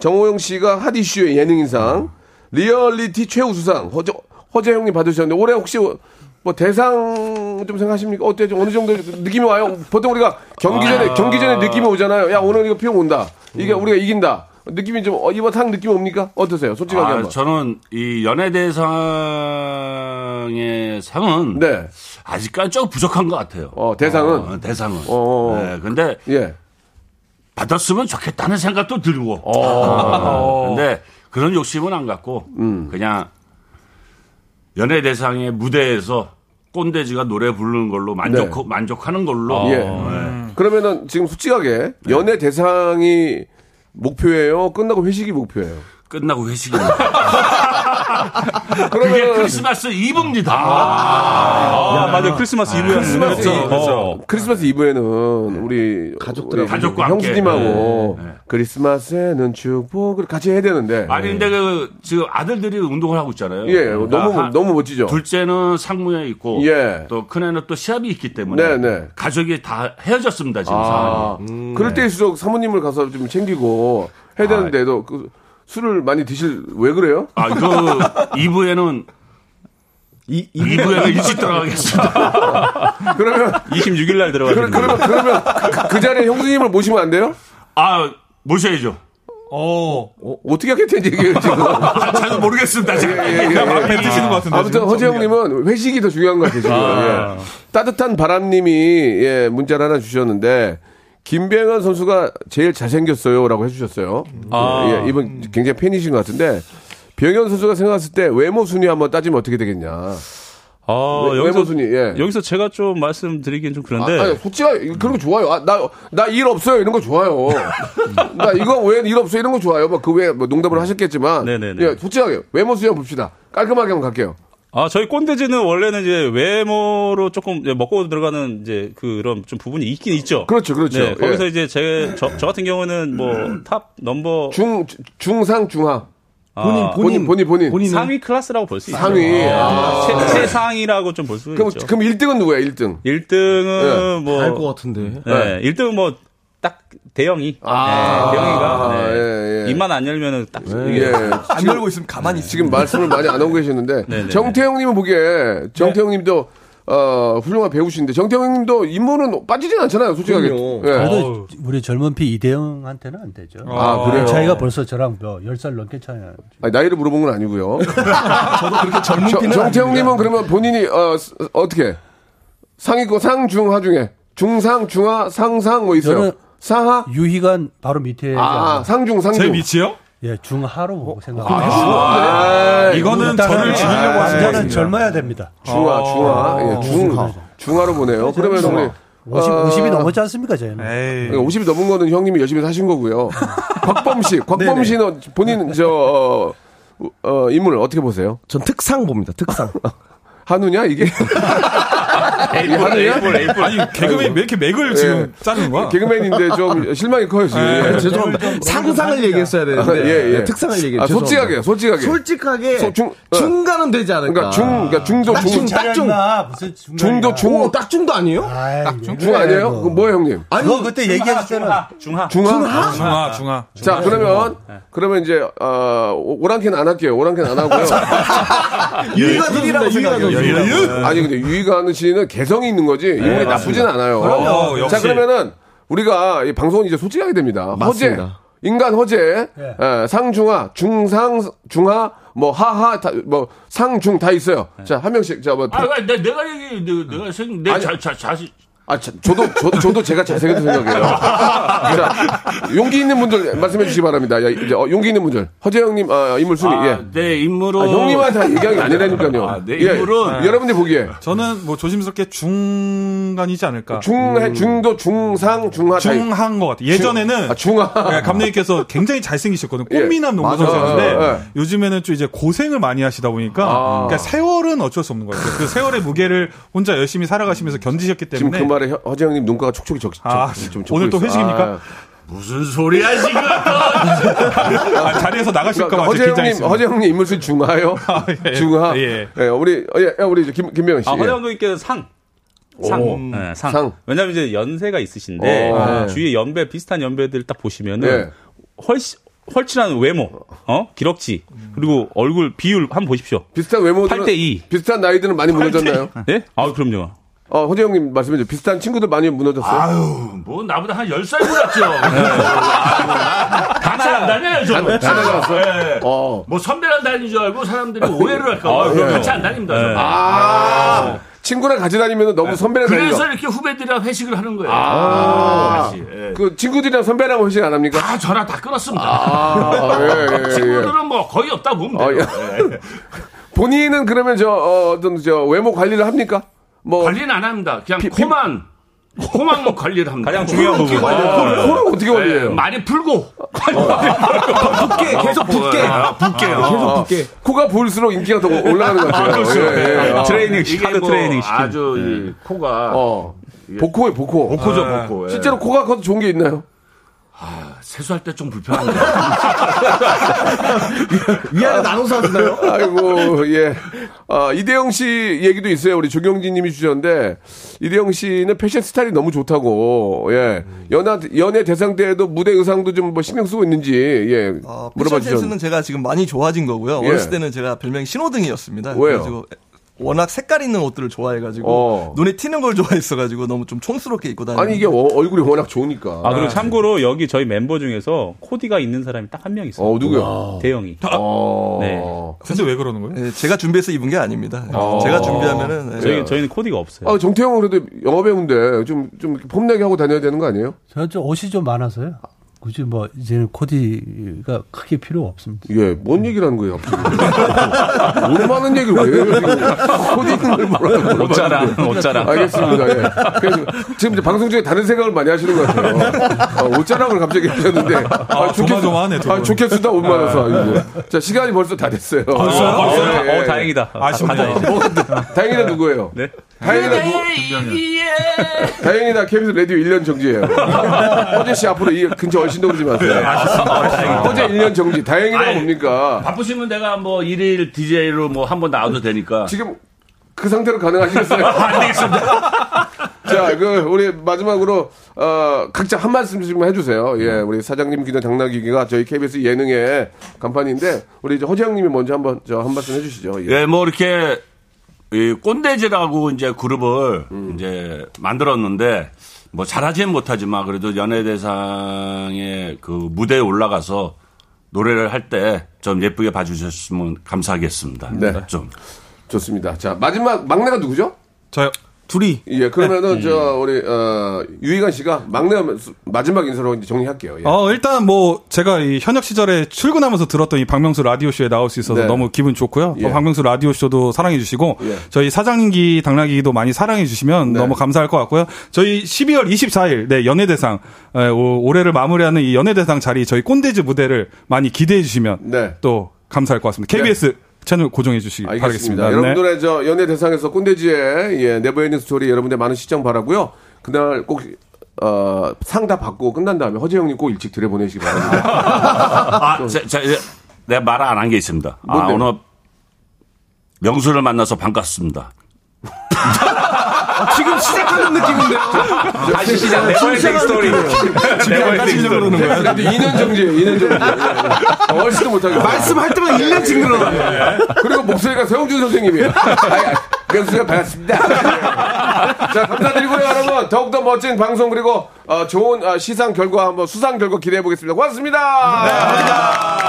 A: 정호영 씨가 핫이슈의 예능인상, 리얼리티 최우수상 허재 허재 형님 받으셨는데 올해 혹시 뭐 대상 좀 생각하십니까? 어때요? 좀 어느 정도 느낌이 와요? 보통 우리가 경기 전에 경기 전에 느낌이 오잖아요. 야 오늘 이거 피용 온다. 이게
D: 음.
A: 우리가 이긴다. 느낌이 좀 어, 이번 상 느낌 옵니까? 어떠세요? 솔직하게
D: 아,
A: 한번.
D: 저는 이 연예대상의 상은
A: 네.
D: 아직까지 조금 부족한 것 같아요.
A: 어, 대상은?
D: 어, 대상은.
A: 어.
D: 네, 근데
A: 예.
D: 받았으면 좋겠다는 생각도 들고.
A: 어.
D: 근데 그런 욕심은 안 갖고
A: 음.
D: 그냥 연예 대상의 무대에서 꼰대지가 노래 부르는 걸로 만족
A: 네.
D: 만족하는 걸로.
A: 예.
D: 네.
A: 그러면은 지금 솔직하게 연애 대상이 목표예요. 끝나고 회식이 목표예요.
D: 끝나고 회식입니다. 그게
A: 그러면
D: 크리스마스 이브입니다.
J: 아, 맞아요. 크리스마스 그렇죠. 이브였어요.
A: 크리스마스 그렇죠. 크리스마스 이브에는 우리
G: 네. 가족들하고.
A: 우리
D: 가족과 함께. 네,
A: 형수님하고 크리스마스에는 축복을 같이 해야 되는데
D: 아니 근데 그 지금 아들들이 운동을 하고 있잖아요.
A: 네. 예
D: 그러니까
A: 너무
D: 한-
A: 너무 멋지죠.
D: 둘째는 상무에 있고
A: 예.
D: 또 큰애는 또 시합이 있기 때문에
A: 네, 네.
D: 가족이 다 헤어졌습니다 지금
A: 아,
D: 상황이.
A: 그럴
D: 네.
A: 때일수록 사모님을 가서 좀 챙기고 해야 되는데도 그 술을 많이 드실 왜 그래요?
D: 아, 그 2부에는
G: 이, 이,
D: 2부에는 일찍 들어가겠습니다.
A: 그러면
J: 26일 날
A: 그러니까, 그러,
J: 들어가는
A: 그러면 그러면 그, 그 자리에 형수님을 모시면 안 돼요?
D: 아, 모셔야죠.
A: 어, 어떻게 하겠다는 얘기예요 지금.
D: 아, 잘 모르겠습니다. 제가.
A: 예, 예, 예.
E: 뱉으시는 것 같은데.
A: 아무튼
E: 지금.
A: 허재 형님은 회식이 더 중요한 것 같아요. 지금. 예. 따뜻한 바람님이 예, 문자를 하나 주셨는데 김병현 선수가 제일 잘생겼어요라고 해주셨어요. 예, 예, 이분 굉장히 팬이신 것 같은데 병현 선수가 생각했을 때 외모 순위 한번 따지면 어떻게 되겠냐?
J: 아,
A: 외- 외모 순위, 예.
J: 여기서 제가 좀 말씀드리긴 좀
A: 아,
J: 그런데
A: 아니, 솔직히 그런 거 좋아요. 아, 나나 일 없어요 이런 거 좋아요. 나 이거 왜 일 없어 요 이런 거 좋아요. 막그외 뭐 농담을 하셨겠지만,
J: 네네네.
A: 예, 솔직하게 외모 순위 한번 봅시다. 깔끔하게 한번 갈게요.
J: 아, 저희 꼰대지는 원래는 이제 외모로 조금 이제 먹고 들어가는 이제 그런 좀 부분이 있긴 있죠.
A: 그렇죠, 그렇죠.
J: 네, 거기서
A: 예. 음.
J: 이제 제, 저, 저 같은 경우는 뭐 탑 넘버
A: 중 중상 중하.
J: 아,
A: 본인 본인 본인.
J: 상위 클래스라고 볼 수 있죠.
A: 상위. 아.
J: 최,
G: 네.
J: 최상위라고 좀 볼 수
A: 그럼 예.
J: 있죠.
A: 그럼 1등은 누구야? 1등.
J: 1등은
A: 아.
J: 뭐
G: 알것 같은데.
J: 네, 1등은 뭐 딱 대영이. 네, 대영이가
A: 아,
J: 네,
A: 예, 예.
J: 입만 안 열면은 딱 이게
A: 예.
H: 안 열고 있으면 가만히 있어.
A: 지금 말씀을 많이 안 하고 계시는데
J: 네, 네.
A: 정태형님은 보기에 정태형님도 어, 훌륭한 배우신데 정태형님도 인물은 빠지진 않잖아요, 솔직하게.
G: 그럼요.
A: 예.
I: 그래도 우리 젊은 피 이대영한테는 안 되죠.
A: 아 그래요.
I: 자기가 벌써 저랑 뭐 10살 넘게 차이나.
A: 아니, 나이를 물어본 건 아니고요.
H: 저도 그렇게 젊은
A: 정-
H: 피는
A: 정태형님은 그러면 본인이 어, 스- 어떻게 상위권 상중하 중에 중상 중하 상상 뭐 있어요?
I: 저는
A: 상하
I: 유희관 바로 밑에
A: 아 상중 상중.
E: 제 위치요?
I: 예, 중하로
F: 어,
I: 생각합니다.
A: 아,
E: 이거는 저를 죽이려고 하는
I: 남자는 젊어야 됩니다.
A: 중화,
H: 아,
A: 중화. 예, 중, 중화로 보내요. 그러면 우리
I: 50,
A: 어.
I: 50이 넘었지 않습니까, 저희는?
H: 네.
E: 에이.
A: 50이 그러니까 넘은 거는 형님이 열심히 사신 거고요. 곽범 씨, 곽범 씨는 본인 저, 어, 어, 인물 어떻게 보세요?
G: 전 특상 봅니다. 특상.
A: 한우냐 이게? 이게 한우냐?
E: 아니 개그맨이 왜 이렇게 맥을 지금
J: 예.
E: 짜는 거야?
A: 개그맨인데 좀 실망이 커요 지금. 예.
G: 아, 죄송합니다. 상상을 얘기했어야 되는데
A: 예, 예.
G: 특상을 얘기해.
A: 아, 솔직하게, 솔직하게.
G: 솔직하게
A: 소- 중- 어.
G: 중간은 되지 않을까.
A: 그러니까 중, 그러니까 중도
G: 딱
A: 중,
G: 중, 딱 중.
I: 나 아, 무슨 중간이야.
A: 중도 중,
G: 오, 딱 중도 아니에요?
I: 아이, 왜
A: 중
I: 그래,
A: 아니에요?
I: 그거.
A: 그거 뭐예요 형님?
G: 아니,
I: 그거 그때 얘기했잖아.
J: 중하.
A: 네. 중하?
E: 중화 중화.
A: 자 그러면 그러면 이제 어, 오랑캐는 안 할게요. 오랑캐는 안 하고요.
G: 유희가 돈이라고 생각해요. 네,
A: 아니 근데 유희관 씨는 개성이 있는 거지 인물이 나쁘진 않아요.
E: 그럼요, 역시.
A: 자 그러면은 우리가 이 방송은 이제 솔직하게 됩니다.
G: 맞습니다.
A: 허재 인간 허재 예, 상중하 중상 중하 뭐 하하 다, 뭐 상중 다 있어요. 자 한 명씩 자뭐
D: 아, 그러니까 내- 내가 얘기, 내- 내가 생, 내
A: 아니.
D: 자, 자, 자신.
A: 아, 자, 저도, 저도, 저도 제가 잘생겼다 생각해요. 자, 용기 있는 분들 말씀해 주시기 바랍니다. 야, 이제 어, 용기 있는 분들. 허재 형님, 아, 인물 순위,
D: 아,
A: 예.
D: 내 인물은.
A: 아, 형님만 다 얘기한 게 아니라니까요.
D: 아, 내
A: 예,
D: 인물은-
A: 여러분들 보기에.
E: 저는 뭐 조심스럽게 중간이지 않을까.
A: 중, 중도, 중상, 중하. 다 있-
E: 중한 것 같아요. 예전에는
A: 아, 중하.
E: 예, 감독님께서 굉장히 잘생기셨거든요.
A: 예.
E: 꽃미남 농구
A: 맞아.
E: 선수였는데
A: 예, 예.
E: 요즘에는 좀 이제 고생을 많이 하시다 보니까
A: 아.
E: 그러니까 세월은 어쩔 수 없는 것 같아요. 그 세월의 무게를 혼자 열심히 살아가시면서 견디셨기
A: 지금
E: 때문에
A: 그 말에 허- 허재 형님 눈가가 촉촉히 적, 적,
E: 네. 아,
A: 좀 적고
E: 오늘 또
A: 있어.
E: 회식입니까?
A: 아,
D: 무슨 소리야, 지금.
E: 아, 자리에서 나가실까
A: 그러니까
E: 봐
A: 허재
E: 긴장했
A: 형님,
E: 습니
A: 허재 형님 인물 순위 중하요?
E: 예.
A: 중하?
E: 예.
A: 우리, 어, 예, 우리 이제 김, 김명현 씨.
J: 아, 허재
A: 예.
J: 감독님께서 상. 상. 네, 상.
A: 상.
J: 왜냐면 이제 연세가 있으신데,
A: 오, 네.
J: 아, 주위에 연배, 비슷한 연배들 딱 보시면은,
A: 예.
J: 훨씬, 헐친한 외모, 어? 기럭지, 그리고 얼굴 비율 한번 보십시오.
A: 비슷한 외모들은.
J: 팔대 이.
A: 비슷한 나이들은 많이 무너졌나요?
J: 예? 아, 그럼요.
A: 어, 허재 형님 말씀해 주세요. 비슷한 친구들 많이 무너졌어요.
D: 뭐, 나보다 한 10살
A: 예.
D: 몰랐죠. 예. 아, 뭐, 같이 안 다녀요, 저는.
A: 다 다녀갔어?
D: 예.
A: 어. 예.
D: 뭐 선배랑 다니는 줄 알고 사람들이 오해를 할까봐.
J: 아, 그럼요.
D: 같이 안 다닙니다. 저는.
A: 아, 친구랑 같이 다니면 너무 선배랑 다니죠.
D: 그래서 이렇게 후배들이랑 회식을 하는 거예요.
A: 아,
D: 같이. 예.
A: 그 친구들이랑 선배랑 회식 안 합니까?
D: 다 전화 다 끊었습니다.
A: 아, 예, 예, 예.
D: 친구들은 뭐 거의 없다 보면
A: 아,
D: 돼요.
A: 예. 본인은 그러면 저, 어, 어떤, 저, 외모 관리를 합니까? 뭐,
D: 관리는 안 합니다. 그냥 코만 코만 뭐 관리를 합니다.
J: 가장 중요한 부분.
E: 아.
A: 코를, 코를 어떻게
D: 예,
A: 관리해요?
D: 많이 풀고
G: 붓게, 계속 붓게. 계속 붓게.
A: 코가 보일수록 인기가 더 올라가는 것 같아요.
D: 그렇죠.
A: 예, 예. 어.
J: 트레이닝,
D: 이게
J: 하드
D: 뭐
J: 트레이닝 시키는.
D: 아주 이 코가
A: 어. 복코에 복코. 아.
D: 복코죠 복코. 예.
A: 실제로 코가 커서 좋은 게 있나요?
D: 세수할 때 좀 불편합니다.
G: 위아래 나눠서 하시나요?
A: 아이고, 예. 아, 이대영 씨 얘기도 있어요. 우리 조경진 님이 주셨는데, 이대영 씨는 패션 스타일이 너무 좋다고, 예. 연하, 연애 대상 때에도 무대 의상도 좀 뭐 신경 쓰고 있는지, 예.
H: 어,
A: 물어봐
H: 패션
A: 주셨는데.
H: 센스는 제가 지금 많이 좋아진 거고요.
A: 예.
H: 어렸을 때는 제가 별명이 신호등이었습니다.
A: 왜요?
H: 그래가지고 워낙 색깔 있는 옷들을 좋아해가지고
A: 어.
H: 눈에 튀는 걸 좋아했어가지고 너무 좀 촌스럽게 입고 다니는.
A: 아니, 이게 어- 얼굴이 워낙 좋으니까.
J: 아, 그리고 참고로 여기 저희 멤버 중에서 코디가 있는 사람이 딱 한 명 있어요. 아.
A: 어, 누구야?
J: 대영이.
A: 어.
J: 네.
E: 근데 왜 그러는 거예요?
H: 예, 제가 준비해서 입은 게 아닙니다.
A: 어.
H: 제가 준비하면은 예.
J: 저희, 저희는 코디가 없어요.
A: 아, 정태형은 그래도 영화배우인데, 좀, 좀 이렇게 폼나게 하고 다녀야 되는 거 아니에요?
I: 저는 좀 옷이 좀 많아서요. 굳이 뭐 이제는 코디가 크게 필요 없습니다.
A: 예, 뭔 얘기를 하는 거예요, 갑자기. 얼마나 얘기를 왜 해요, 지금. 코디 있는 걸 뭐라고.
J: 옷자랑, 옷자랑.
A: 네. 알겠습니다. 예. 그래서 지금 이제 방송 중에 다른 생각을 많이 하시는 것 같아요. 어, 옷자락을 갑자기 하셨는데. 아,
E: 조마조마하네, 두
A: 아,
E: 분.
A: 좋겠습니다. 옷 많아서. 아이고. 자, 시간이 벌써 다 됐어요.
J: 어,
A: 예, 예, 예.
J: 어, 다행이다.
E: 아쉽네요. 뭐
J: 다- 다-
A: 다행이다, 누구예요?
J: 네.
A: 다행이다, 누구?
D: 예.
A: 다행이다, KBS 라디오 1년 정지예요. 허재 씨 앞으로 이 근처 얼씬도 그러지 마세요. 허재 1년 정지. 다행이다
D: 아이.
A: 뭡니까?
D: 바쁘시면 내가 뭐 일일 DJ로 뭐 한 번 나와도 되니까.
A: 지금 그 상태로 가능하시겠어요?
D: 안 되겠습니다.
A: 자, 그 우리 마지막으로 어, 각자 한 말씀 좀 해주세요. 예, 우리 사장님 기는 장난기기가 저희 KBS 예능의 간판인데 우리 이제 허재 형님이 먼저 한번 저 한 말씀 해주시죠. 예.
D: 예, 뭐 이렇게 이 꼰대지라고 이제 그룹을
A: 음.
D: 이제 만들었는데 뭐 잘하진 못하지만 그래도 연예대상의 그 무대에 올라가서 노래를 할 때 좀 예쁘게 봐주셨으면 감사하겠습니다.
A: 네.
D: 좀.
A: 좋습니다. 자, 마지막 막내가 누구죠?
E: 저요.
G: 둘이.
A: 예, 그러면은
D: 네.
A: 저
D: 음.
A: 우리 어, 유희관 씨가 막내가 마지막 인사로 이제 정리할게요. 예.
E: 어, 일단 뭐 제가 이 현역 시절에 출근하면서 들었던 이 박명수 라디오 쇼에 나올 수 있어서
A: 네.
E: 너무 기분 좋고요.
A: 예.
E: 어, 박명수 라디오 쇼도 사랑해 주시고
A: 예. 네.
E: 저희 사장님기 당나귀기도 많이 사랑해 주시면 너무 감사할 것 같고요. 저희 12월 24일 네, 연예대상 에, 오- 올해를 마무리하는 이 연예대상 자리 저희 꼰대즈 무대를 많이 기대해 주시면
A: 네.
E: 또 감사할 것 같습니다. KBS 채널 고정해 주시기
A: 알겠습니다.
E: 바라겠습니다. 네.
A: 여러분들의 저 연예 대상에서 꼰대지의 예, 네버엔딩 스토리 여러분들 많은 시청 바라고요. 그날 꼭 어, 상 다 받고 끝난 다음에 허재 형님 꼭 일찍 들여보내시기 바랍니다.
D: 아, 제, 제, 제, 내가 말 안 한 게 있습니다. 아,
A: 뭔데요?
D: 오늘 명수를 만나서 반갑습니다.
G: 지금 시작하는 느낌인데요.
A: 다시 시작.
J: 네버엔딩 스토리. 네버엔딩 스토리.
A: 그래도 2년 정지예요. 2년 정지. 예, 예. 얼씨도 못하게. 네.
G: 말씀할 때마다 1년 징그러워요.
A: 그리고 목소리가 세홍준 선생님이에요. 아이, 명수가 반갑습니다. 자, 감사드리고요, 여러분. 더욱더 멋진 방송, 그리고, 어, 좋은 어, 시상 결과, 한번 수상 결과 기대해 보겠습니다. 고맙습니다.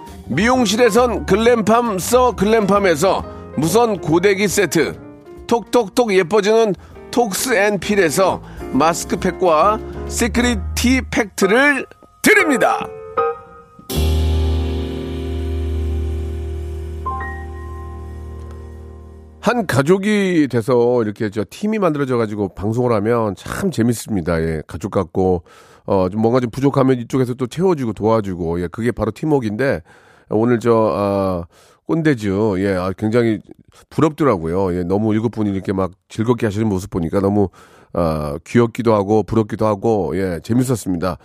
A: 미용실에선 글램팜 써 글램팜에서 무선 고데기 세트 톡톡톡 예뻐지는 톡스앤필에서 마스크팩과 시크릿 티 팩트를 드립니다. 한 가족이 돼서 이렇게 저 팀이 만들어져 가지고 방송을 하면 참 재밌습니다. 예, 가족 같고 어, 좀 뭔가 좀 부족하면 이쪽에서 또 채워주고 도와주고 예, 그게 바로 팀워크인데 오늘 저 아, 꼰대죠. 예, 아, 굉장히 부럽더라고요. 예, 너무 일곱 분이 이렇게 막 즐겁게 하시는 모습 보니까 너무 아, 귀엽기도 하고 부럽기도 하고 예, 재밌었습니다.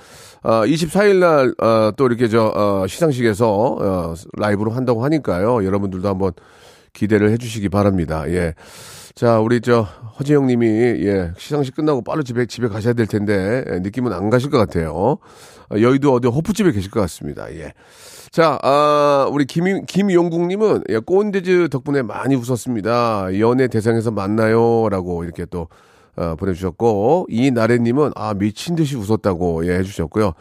A: 아, 24일 날 아, 또 이렇게 저 어, 시상식에서 어, 라이브로 한다고 하니까요. 여러분들도 한번 기대를 해주시기 바랍니다. 예. 자, 우리 저 허재영 님이 예, 시상식 끝나고 바로 집에 집에 가셔야 될 텐데 예, 느낌은 안 가실 것 같아요. 아, 여의도 어디 호프집에 계실 것 같습니다. 예. 자, 아, 우리 김, 김용국 님은 예, 꼰대즈 덕분에 많이 웃었습니다. 연애 대상에서 만나요. 라고 이렇게 또 어, 보내주셨고, 이나래 님은 아, 미친 듯이 웃었다고 예, 해주셨고요.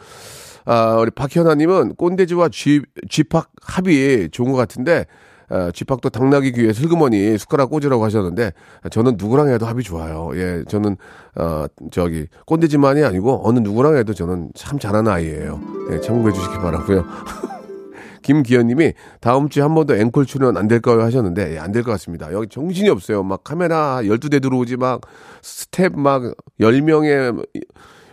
A: 아, 우리 박현아님은 꼰대지와 쥐, 쥐팍 합이 좋은 것 같은데, 아, 쥐팍도 당나귀 귀에 슬그머니 숟가락 꽂으라고 하셨는데, 저는 누구랑 해도 합이 좋아요. 예, 저는, 어, 저기, 꼰대지만이 아니고, 어느 누구랑 해도 저는 참 잘하는 아이예요. 예, 참고해 주시기 바라고요 김기현님이 다음 주에 한 번 더 앵콜 출연 안 될까요 하셨는데 예, 안 될 것 같습니다. 여기 정신이 없어요. 막 카메라 12대 들어오지 막 스텝 막 10명의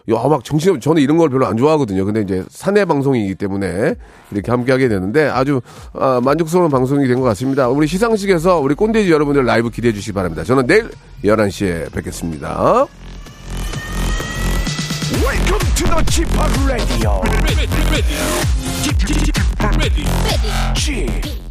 A: 야막 정신 없 저는 이런 걸 별로 안 좋아하거든요. 근데 이제 사내 방송이기 때문에 이렇게 함께 하게 되는데 아주 아, 만족스러운 방송이 된 것 같습니다. 우리 시상식에서 우리 꼰대지 여러분들 라이브 기대해 주시기 바랍니다. 저는 내일 11시에 뵙겠습니다.
B: Welcome to the Chip Radio. Ready, ready, ready, ready, ready.